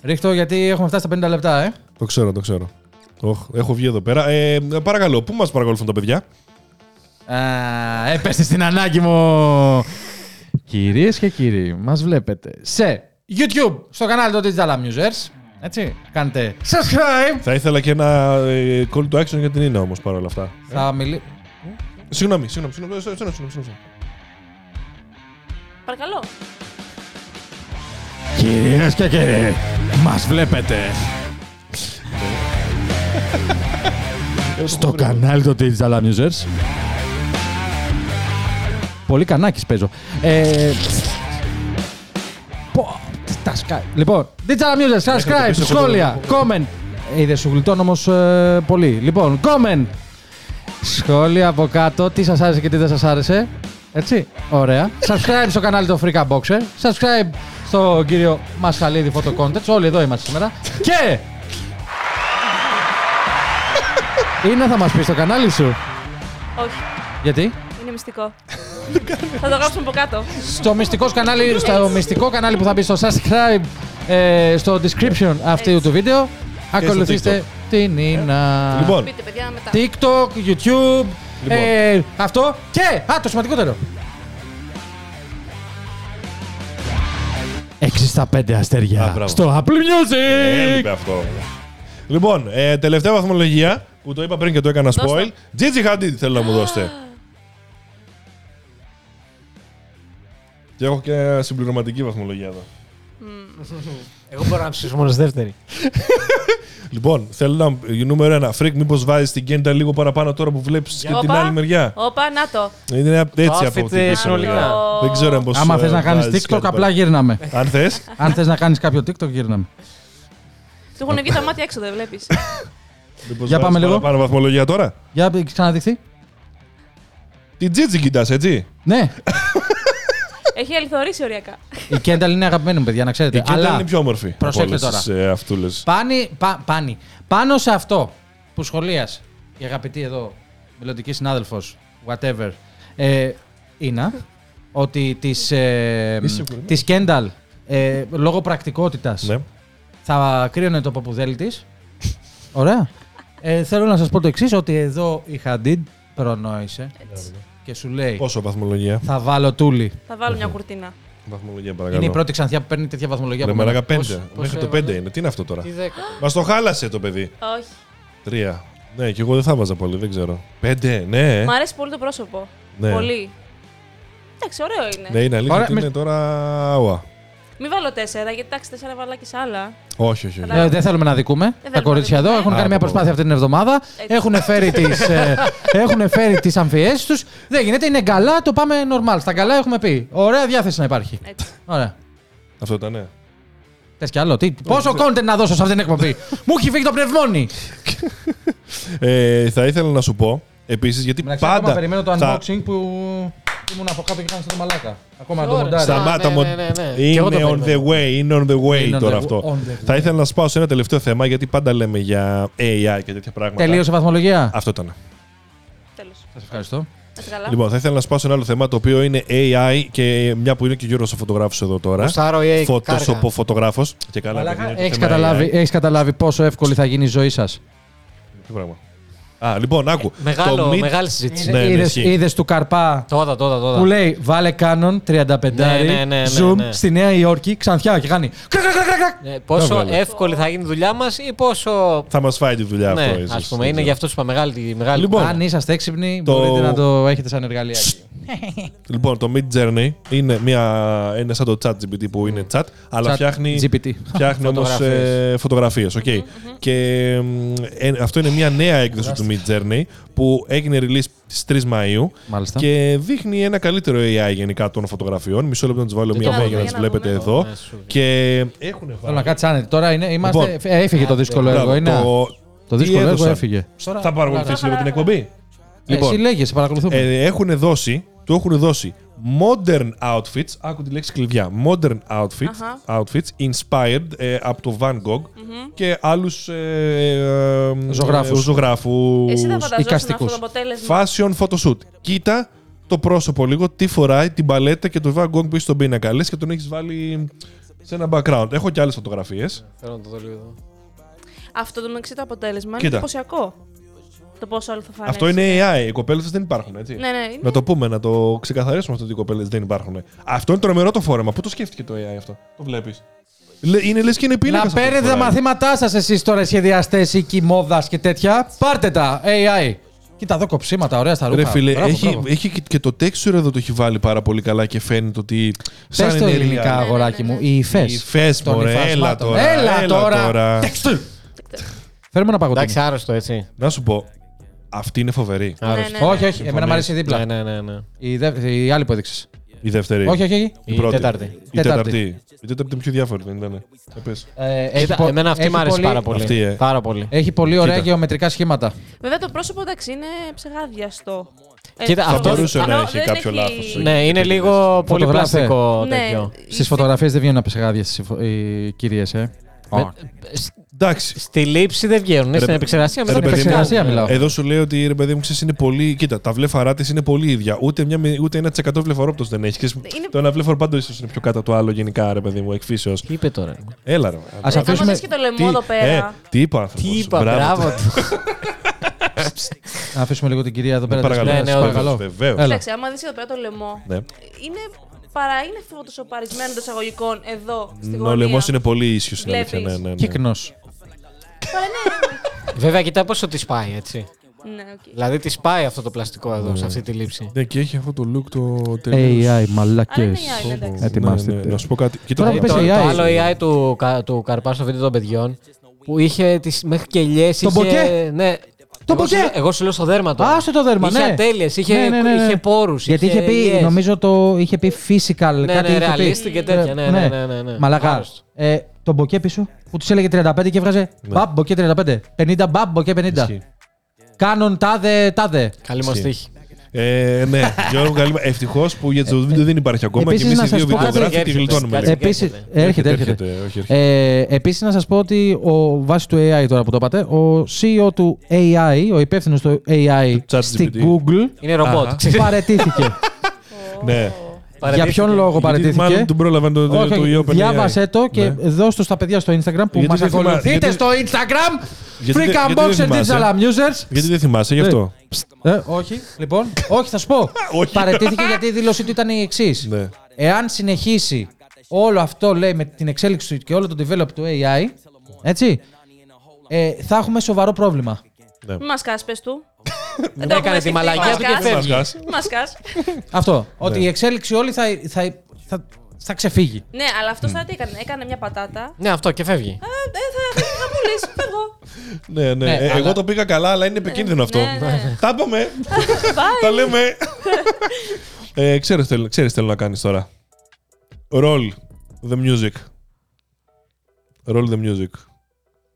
Ρίχτω γιατί έχουμε φτάσει στα 50 λεπτά, ε. Το ξέρω, το ξέρω. Οχ, έχω βγει εδώ πέρα. Ε, παρακαλώ, πού μας παρακολουθούν τα παιδιά. Α, έπεσε στην ανάγκη μου. Κυρίες και κύριοι, μας βλέπετε σε YouTube, στο κανάλι των Digital Amusers. Έτσι. Κάντε subscribe. Θα ήθελα και ένα ε, call to action για την Ίνα όμως παρόλα αυτά. Θα μιλήσω. Συγγνώμη, συγγνώμη, συγγνώμη. συγγνώμη, συγγνώμη, συγγνώμη. Παρακαλώ. Κυρίες και κύριοι, μας βλέπετε στο κανάλι των Digital Amusers. Πολύ κανάκης παίζω. Ε, πω, τα σκάει. Λοιπόν, Digital Amusers, subscribe, πίσω σχόλια, comment. Ε, Είδες, σου γλιτώνω όμως ε, πολύ. Λοιπόν, comment. Σχόλια από κάτω, τι σας άρεσε και τι δεν σας άρεσε. Έτσι, ωραία. Subscribe στο κανάλι του Freak Out Boxer. Subscribe στο κύριο Μασχαλίδη Photo Contents. Όλοι εδώ είμαστε σήμερα. Και... Είναι θα μας πεις το κανάλι σου. Όχι. Γιατί? Είναι μυστικό. θα το γράψουμε από κάτω. Στο μυστικό κανάλι, στο μυστικό κανάλι που θα μπει στο subscribe ε, στο description αυτού του βίντεο. Ακολουθήστε την Ίνα. Λοιπόν, Πείτε, παιδιά, μετά. TikTok, YouTube, ε, αυτό και, α, το σημαντικότερο. 6 στα 5 αστέρια Α, μπράβο. στο Apple Music. Ε, έλειπε αυτό. Λοιπόν, ε, τελευταία βαθμολογία που το είπα πριν και το έκανα Δώσ' spoil. Gigi Hadid θέλω να μου δώσετε. Και έχω και συμπληρωματική βαθμολογία εδώ. Εγώ μπορώ να ψήσω μόνος στη δεύτερη. Λοιπόν, θέλω να. ε, Νούμερο ένα. Φρικ, μήπως βάζεις την κέντα λίγο παραπάνω τώρα που βλέπεις και την Όπα. άλλη μεριά. Όπα, να το. Είναι έτσι outfit, από ό,τι ε, πίσω. συνολικά. Το- Δεν ξέρω πώς. Άμα θες να κάνεις TikTok, απλά γύρναμε. Αν θες. Αν θες να κάνεις κάποιο TikTok, γύρναμε. Του έχουν βγει τα μάτια έξω, δεν βλέπεις. Για πάμε λίγο. Πάνω βαθμολογία τώρα. Για ξαναδειχθεί. Την Τζίτζι κοιτάς, έτσι. Ναι, Έχει αληθωρήσει οριακά. η Κένταλ είναι αγαπημένη μου, παιδιά, να ξέρετε. Η Κένταλ είναι πιο όμορφη. από Ε, Προσέξτε όλες τώρα. τις, ε, αυτούλες. Πάνι, πα, πάνι. Πάνω σε αυτό που σχολίασε η αγαπητή εδώ μελλοντική συνάδελφος, whatever, ε, είναι ότι της ε, σίγουρη? της Κένταλ ε, λόγω πρακτικότητας Ναι. θα κρύωνε το παπουδέλι της. Ωραία. Ε, θέλω να σας πω το εξής: Ότι εδώ η Χαντίν προνόησε και σου λέει Πόσο βαθμολογία. θα βάλω τούλι. Θα βάλω μια κουρτίνα. Βαθμολογία παρακαλώ. Είναι η πρώτη ξανθιά που παίρνει τέτοια βαθμολογία Ρε από μένα. μαλάκα Πώς- πέντε. πώς ε, Μέχρι το έβαλε? πέντε είναι. Τι είναι αυτό τώρα. Τι δέκα. Μας το χάλασε το παιδί. Όχι. Τρία. Ναι, και εγώ δεν θα βάζα πολύ, δεν ξέρω. Πέντε, ναι. Μ' αρέσει πολύ το πρόσωπο. Ναι. Πολύ. Εντάξει, ωραίο είναι. Ναι, είναι αλήθεια Ωραία, ότι με- είναι τώρα. Ωα. Μην βάλω τέσσερα, γιατί εντάξει, τέσσερα βάλα και σε άλλα. Όχι, όχι. όχι. Ε, δεν θέλουμε να δικούμε τα θέλουμε κορίτσια να εδώ. δικούμε. Έχουν Α, κάνει μια από προσπάθεια αυτή την εβδομάδα. Έτσι. Έχουν φέρει τις ε, φέρει τις αμφιέσεις τους. Δεν γίνεται, είναι καλά, το πάμε normal. Στα καλά έχουμε πει. Ωραία διάθεση να υπάρχει. Έτσι. Ωραία. Αυτό ήταν, ναι. Θες κι άλλο. Τι, πόσο content να δώσω σε αυτήν την εκπομπή. Μου έχει φύγει το πνευμόνι. Ε, θα ήθελα να σου πω επίσης γιατί Μεταξύ ακόμα πάντα. περιμένω το τα- unboxing που ήμουν από κάτω και κάνω το μαλάκα. Ακόμα να το Ωραία. μοντάρι. Στα- Σταμάτα, ναι, μο- ναι, ναι, ναι. Και Είναι εγώ το on the περιμένω. way, είναι on the Είναι way on τώρα the- αυτό. on the Θα way. ήθελα να σπάω σε ένα τελευταίο θέμα γιατί πάντα λέμε για AI και τέτοια πράγματα. Τελείωσε η βαθμολογία. Αυτό ήταν. Τέλος. Σας ευχαριστώ. Να σε καλά. Λοιπόν, θα ήθελα να σπάσω ένα άλλο θέμα το οποίο είναι AI και μια που είναι και ο Γιώργος ο φωτογράφος εδώ τώρα. Γουστάρω AI κάργα. φωτογράφος. Και καλά. Μαλάκα, επειδή είναι και έχεις θέμα καταλάβει, AI. έχεις καταλάβει πόσο εύκολη θα γίνει η ζωή σας. Τι πράγμα. Α, λοιπόν, άκου. Ε, Μεγάλο, Το meet- μεγάλη συζήτηση. Ναι, ναι, Είδες, ισχύει. είδες του Καρπά Τώρα, τώρα, Που τώρα. λέει βάλε Canon 35 Ναι, ναι, ναι, ναι, zoom ναι. στη Νέα Υόρκη, ξανθιά και κάνει. κρακ, κρακ, κρακ, κρακ. Ναι, Πόσο Μεγάλο. εύκολη θα γίνει η δουλειά μας ή πόσο. Θα μας φάει τη δουλειά Ναι, αυτό, ίσως. ας πούμε, Δεν είναι ξέρω. γι' αυτό σου είπα μεγάλη. μεγάλη Λοιπόν. Αν είσαστε έξυπνοι, Το- μπορείτε να το έχετε σαν εργαλεία. Λοιπόν, το Mid Journey είναι, μια, είναι σαν το chat GPT που Ναι. είναι chat, αλλά Chat φτιάχνει, GPT. φτιάχνει όμως Φωτογραφίες. ε, φωτογραφίες. Okay. Και μ, ε, αυτό είναι μια νέα έκδοση του Mid Journey που έγινε release στις 3 Μαΐου Μάλιστα. και δείχνει ένα καλύτερο AI γενικά των φωτογραφιών. Μισό λεπτό να τους βάλω μία το μία δω, για να τις για να βλέπετε δούμε. εδώ. Ε, Ναι, σου Και έχουν Θέλω να κάτσει άνετη. Τώρα είναι, είμαστε, Λοιπόν. ε, έφυγε το δύσκολο έργο. Είναι, Το, το τι δύσκολο έργο έδωσαν. έφυγε. Θα παρακολουθήσει λίγο την εκπομπή. ε, Λοιπόν. Εσύ λέγε, σε παρακολουθούμε. ε, έχουν δώσει, του έχουν δώσει modern outfits, άκου τη λέξη κλειδιά, modern outfits, Αχα. outfits inspired ε, από το Van Gogh και άλλους ε, ε, ε, Ζωγράφους. ζωγράφους. Εσύ θα φανταζόσουν αυτό οικαστικούς. το αποτέλεσμα. Fashion photoshoot. Κοίτα το πρόσωπο λίγο, τι φοράει, την παλέτα και το Van Gogh που είσαι στον πίνακα. Λες και τον έχεις βάλει σε ένα background. Έχω και άλλες φωτογραφίες. Θέλω να το δω λίγο εδώ. Αυτό το μεταξύ το αποτέλεσμα είναι Κοίτα. εντυπωσιακό. Το πόσο άλλο θα φανεί. Αυτό είναι AI. Οι κοπέλες δεν υπάρχουν, έτσι. Ναι, ναι, είναι. Να το πούμε, να το ξεκαθαρίσουμε αυτό ότι οι κοπέλες δεν υπάρχουν. Αυτό είναι τρομερό το φόρεμα. Πού το σκέφτηκε το AI αυτό. Το βλέπεις. Λε- Είναι λες και είναι πίνακα. Να παίρνετε τα μαθήματά σας εσείς τώρα, σχεδιαστέ οίκοι μόδα και τέτοια. Πάρτε τα, AI. Κοίτα εδώ κοψίματα, ωραία στα ρούχα. Ρε φίλε, Μπράβο, έχει, μπράβο. έχει και- και το texture εδώ το έχει βάλει πάρα πολύ καλά και φαίνεται ότι. Πες Σαν το ενέργεια. ελληνικά, αγοράκι μου. Οι υφές. Οι υφές, των μωρέ, υφασμάτων. έλα τώρα, Έλα έλα τώρα. τώρα. Texture. Φέρουμε ένα παγωτό. Εντάξει, άρρωστο έτσι. Να σου πω, αυτή είναι φοβερή. Άρρωστο. ναι. Όχι, όχι. Εμένα μου αρέσει η Ναι, δίπλα. ναι, ναι. ναι. Η, δε, η άλλη που έδειξες. Η δεύτερη. Όχι, όχι. όχι. Η, Η πρώτη. τέταρτη. Η Τέταρτη. τέταρτη. Η τέταρτη είναι πιο διάφορη, δεν ήταν. Ε, πες. Ε, Κοίτα, πο- εμένα αυτή έχει μου αρέσει πολύ- πάρα Λοιπόν, πολύ. Αυτή, ε. Πάρα πολύ. Έχει πολύ ωραία Κοίτα. γεωμετρικά σχήματα. Βέβαια το πρόσωπο εντάξει είναι ψεγάδιαστο. Ε, Κοίτα, το- αυτό- Θα μπορούσε να ενώ έχει δεν κάποιο έχει- λάθος εκεί. Ναι, είναι λίγο πολύ Φωτογράφε. πλαστικό Ναι. τέτοιο. Στις φωτογραφίες δεν βγαίνουν ψεγάδιε οι κυρίες, ε. Με- σ- Εντάξει. Στη λήψη δεν βγαίνουν. Στην παι- επεξεργασία μετά. ρε, την παιδί μου, ε, επεξεργασία μιλάω. Εδώ σου λέει ότι ρε παιδί μου, ξέρεις, είναι πολύ. Κοίτα, τα βλέφαρά τη είναι πολύ ίδια. Ούτε, μια, με- ούτε ένα τσεκατό βλεφαρόπτος δεν έχει. Ξέρεις, Είναι- Το ένα βλέφαρο πάντως ίσως είναι πιο κάτω από το άλλο γενικά, ρε παιδί μου, εκφύσεως. Τι είπε τώρα. Έλα, ρε. Ας Άμα αφήσουμε- δεις και το λαιμό εδώ πέρα. ε, τι είπα, άνθρωπος. Τι είπα, Μπράβο μπράβο του. Να αφήσουμε λίγο την κυρία εδώ πέρα. της παρακαλώ. Λεωνίδας, Ναι, ναι, όντως, βεβαίως. Έλα. Κοίταξε, άμα δεις εδώ πέρα το λαιμό, Ναι. είναι, παρά είναι φωτοσοπαρισμένο εντό αγωγικών εδώ στη Ναι, Ο γωνία. λαιμό είναι πολύ ίσιος στην Βλέπεις. αλήθεια. Ναι, ναι, ναι. Κύκνος. Παρά είναι- Βέβαια, κοιτά πόσο τη πάει έτσι. ναι, οκ. Δηλαδή, τη πάει αυτό το πλαστικό εδώ, σε αυτή τη λήψη. Ναι, και έχει αυτό το look το τελείως- AI, Αλλά είναι μαλακές. AI, εντάξει. Ε, Ε, Ετοιμάστε. Ναι, ναι, Να σου πω κάτι. Τώρα Κοίτα, που Το, πες Ε, το AI. άλλο AI του, κα- του Καρπά στο βίντεο των παιδιών που είχε τις, μέχρι και λιές, Το είχε- μποκέ. Ναι. Το εγώ, σου- μποκέ. εγώ σου λέω στο δέρμα τώρα. Άσε το δέρμα, είχε ναι. ατέλειες, είχε, Ναι, ναι, ναι, ναι. είχε πόρους. Γιατί είχε πει, λιές. νομίζω το είχε πει physical. ναι, κάτι είχε πει. realistic και τέτοια, ναι, ναι, ναι, ναι, ναι. Μαλακά. Άρρωστο. Ε, το μποκέ πίσω που τους έλεγε 35 και έβγαζε Ναι. μπαμ μποκέ 35. 50 μπαμ μποκέ 50. Ισχύει. Κάνουν τάδε, τάδε. Καλή μας τύχη. Ε, ναι, Γιώργο, καλή. Ευτυχώς που για το βίντεο δεν υπάρχει ακόμα και Ε, επίσης, εμείς να οι σας δύο πω κάτι. βιντεογράφοι τη Έρχεται, γλιτώνουμε. κάτσε. λίγο. Επίση, έρχεται, Έρχεται, έρχεται. έρχεται, όχι, έρχεται. Ε, Επίσης, να σας πω ότι ο, βάσει του AI τώρα που το είπατε, ο CEO του AI, ο υπεύθυνος του AI Chat στη GPT. Google, Είναι ρομπότ. Αχα. ξέρεις. παρετήθηκε. Ναι. Για Παρατήθηκε. ποιον λόγο Γιατί παρετήθηκε. Μάλλον τον πρόλαβαν το- το Όχι, το όχι, Open διάβασέ το και Ναι. δώσ' το στα παιδιά στο Instagram που Γιατί μας δεν θυμά- ακολουθείτε γιατί- στο Instagram. Γιατί δεν- Freak γιατί δεν Unboxer θυμάσαι. Digital Amusers. Γιατί δεν θυμάσαι γι' Ναι. αυτό. Ε, όχι, λοιπόν. όχι, θα σου πω. Όχι. Παρετήθηκε γιατί η δήλωσή του ήταν η εξής. Ναι. Εάν συνεχίσει όλο αυτό, λέει, με την εξέλιξη του και όλο το develop του AI, έτσι, ε, θα έχουμε σοβαρό πρόβλημα. Μη μας κας, πες του. Δεν έκανε τη μαλακία του και φεύγει. Μας κας. Αυτό. Ότι η εξέλιξη όλη θα, θα, θα, θα ξεφύγει. Ναι, αλλά αυτός τώρα τι έκανε. Έκανε μια πατάτα. Ναι, αυτό και Ε, φεύγει. ε, θα- Θα πουλήσεις, φεύγω. Ναι, ναι. Ναι, Ε, αλλά- Εγώ το πήγα καλά, αλλά είναι επικίνδυνο αυτό. ναι, ναι. Τα είπαμε. Bye. Τα λέμε. Ε, Ξέρεις τι ξέρεις τι θέλω να κάνεις τώρα. Roll the music. Roll the music.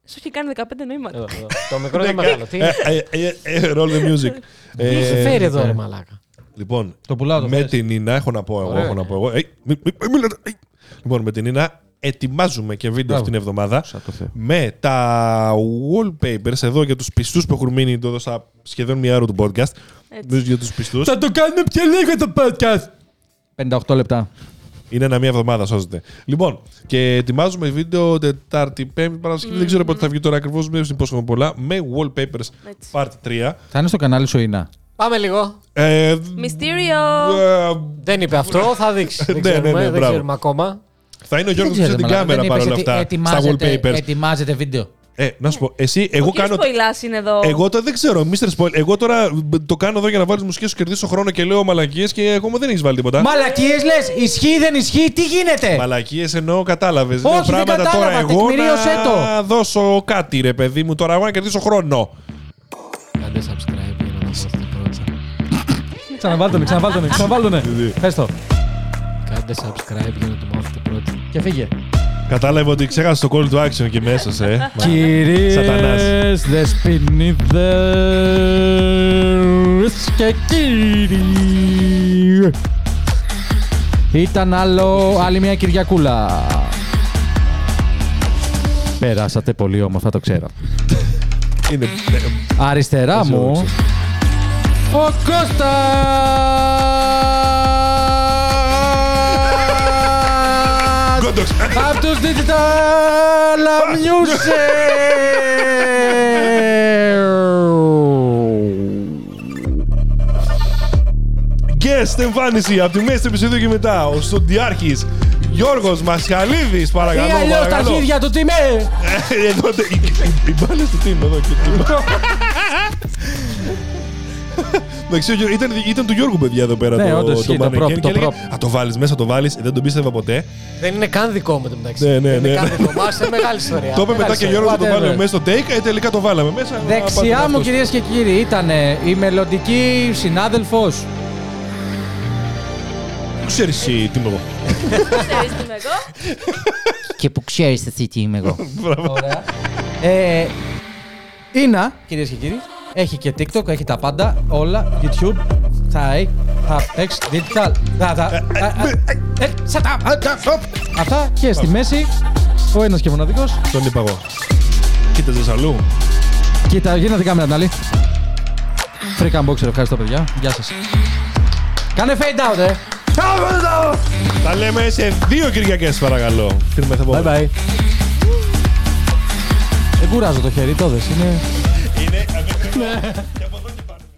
Σου έχει κάνει 15 Εδώ, νοήματα. εδώ. Το μικρό είναι μεγάλο. Τι τι Ε, ε, ε, ε, Roll the music. Ε, έχει φέρει εδώ, ρε μαλάκα. Λοιπόν, Το πουλάω το με χθες. την Νίνα, έχω να πω εγώ. Ωραία. Έχω να πω εγώ. Ε, μη- μη- μη- μη λέτε, ε. Λοιπόν, με την Νίνα ετοιμάζουμε και βίντεο αυτήν την εβδομάδα με τα wallpapers εδώ για τους πιστούς που έχουν μείνει εδώ στα σχεδόν μία ώρα του podcast. Για τους πιστούς. το κάνουμε πιο λίγο το podcast. 58 λεπτά. Είναι ένα μία εβδομάδα, σώζεται. Λοιπόν, και ετοιμάζουμε βίντεο Τετάρτη, Πέμπτη, Παρασκευή. Δεν ξέρω πότε θα βγει τώρα ακριβώς. Δεν υπόσχομαι πολλά. Με wallpapers Έτσι. part 3. Θα είναι στο κανάλι σου ή να. Πάμε λίγο. Ε, Μυστήριο. ε, Δεν είπε αυτό, θα δείξει. Ναι, Δεν ναι, ξέρουμε, ναι, δεν μπράβο. ξέρουμε ακόμα. θα είναι ο Ε, Γιώργο ξέρω, πίσω την μαλάκα, κάμερα δεν παρόλα είπες ότι αυτά. Στα ετοιμάζεται- wallpapers. Ετοιμάζεται βίντεο. Ε, να σου πω, εσύ, Ο εγώ κύριος κάνω. Ποηλάς είναι εδώ. Εγώ το δεν ξέρω, Mr. Spoil. Εγώ τώρα μ, το κάνω εδώ για να βάλεις μουσική σου κερδίσω χρόνο και λέω μαλακίες και ακόμα δεν έχεις βάλει τίποτα. Μαλακίες λες, ισχύει δεν ισχύει, τι γίνεται. Μαλακίες εννοώ, κατάλαβες. Όχι, δεν πράγματα τώρα κατάλαβα, εγώ τεκμηρίωσέ να δώσω κάτι, ρε παιδί μου, τώρα εγώ να κερδίσω χρόνο. Κάντε subscribe για να μας δώσετε πρώτα. Ξαναβάλτονε, ξαναβάλτονε, ξαναβάλτονε. Πες το. Κάντε subscribe για να το μάθετε πρώτα. Και φύγε. Κατάλαβε ότι ξέχασε το call to action και μέσα, ε. Μα- Κυρίες, Σατανάς. δεσποινίδες και κύριοι. Ήταν άλλο, άλλη μια Κυριακούλα. Περάσατε πολύ όμορφα, το ξέρω. Είναι. ε, Αριστερά μου ο Κώστας Κόντοξ. Απ' τους Digital Music Guest εμφάνιση από τη μέση του επεισοδίου και μετά. Ο Στοντιάρχη. Γιώργος Μασχαλίδης, παρακαλώ. Ή αλλιώς τα παρακαλώ. αρχίδια του τι με. Ε, Εδώ τε- οι- οι- οι μπάλες του team εδώ. και του- Εντάξει, ο Γιώργος- ήταν, ήταν του Γιώργου, παιδιά, εδώ πέρα Ναι, το, όντως, το ισχύει, το mannequin prop, και το έλεγε, prop. Α, το βάλεις μέσα, το βάλεις. Ε, Δεν τον πίστευα ποτέ. Δεν είναι καν δικό μου το μεταξύ. Ναι, ναι, Δεν ναι. είναι καν δικό μου. Άσε, μεγάλη ιστορία. Το είπε μετά Μεγάλη και ο ιστορία. Γιώργος να το whatever. βάλουμε μέσα στο take. Ε, τελικά το βάλαμε μέσα. να πάρουμε Δεξιά μου, αυτός. κυρίες και κύριοι, ήταν η μελλοντική συνάδελφος. Πού ξέρεις εσύ τι είμαι εγώ. Ξέρεις τι είμαι εγώ. και που ξέρεις εσύ τι είμαι εγώ. Ωραία. Ε, Ήνα, κυρίες και κύριοι, έχει και TikTok, έχει τα πάντα, όλα, YouTube, θα έχει, θα παίξει digital. θα- θα- ε, ε, shut up. Αυτά και στη μέση, ο ένας και μοναδικός. Τον είπα εγώ. Κοίταζες αλλού. Κοίτα, γίνεται κάμερα την άλλη. Free cam boxer, ευχαριστώ παιδιά. Γεια σας. Κάνε fade out, ε. Τα λέμε σε δύο Κυριακές, παρακαλώ. Την Bye μεθεπόμενη. bye. Δεν Ε, κουράζω το χέρι, το δες, είναι... Ναι. Είναι... από εδώ και από εδώ και από εδώ.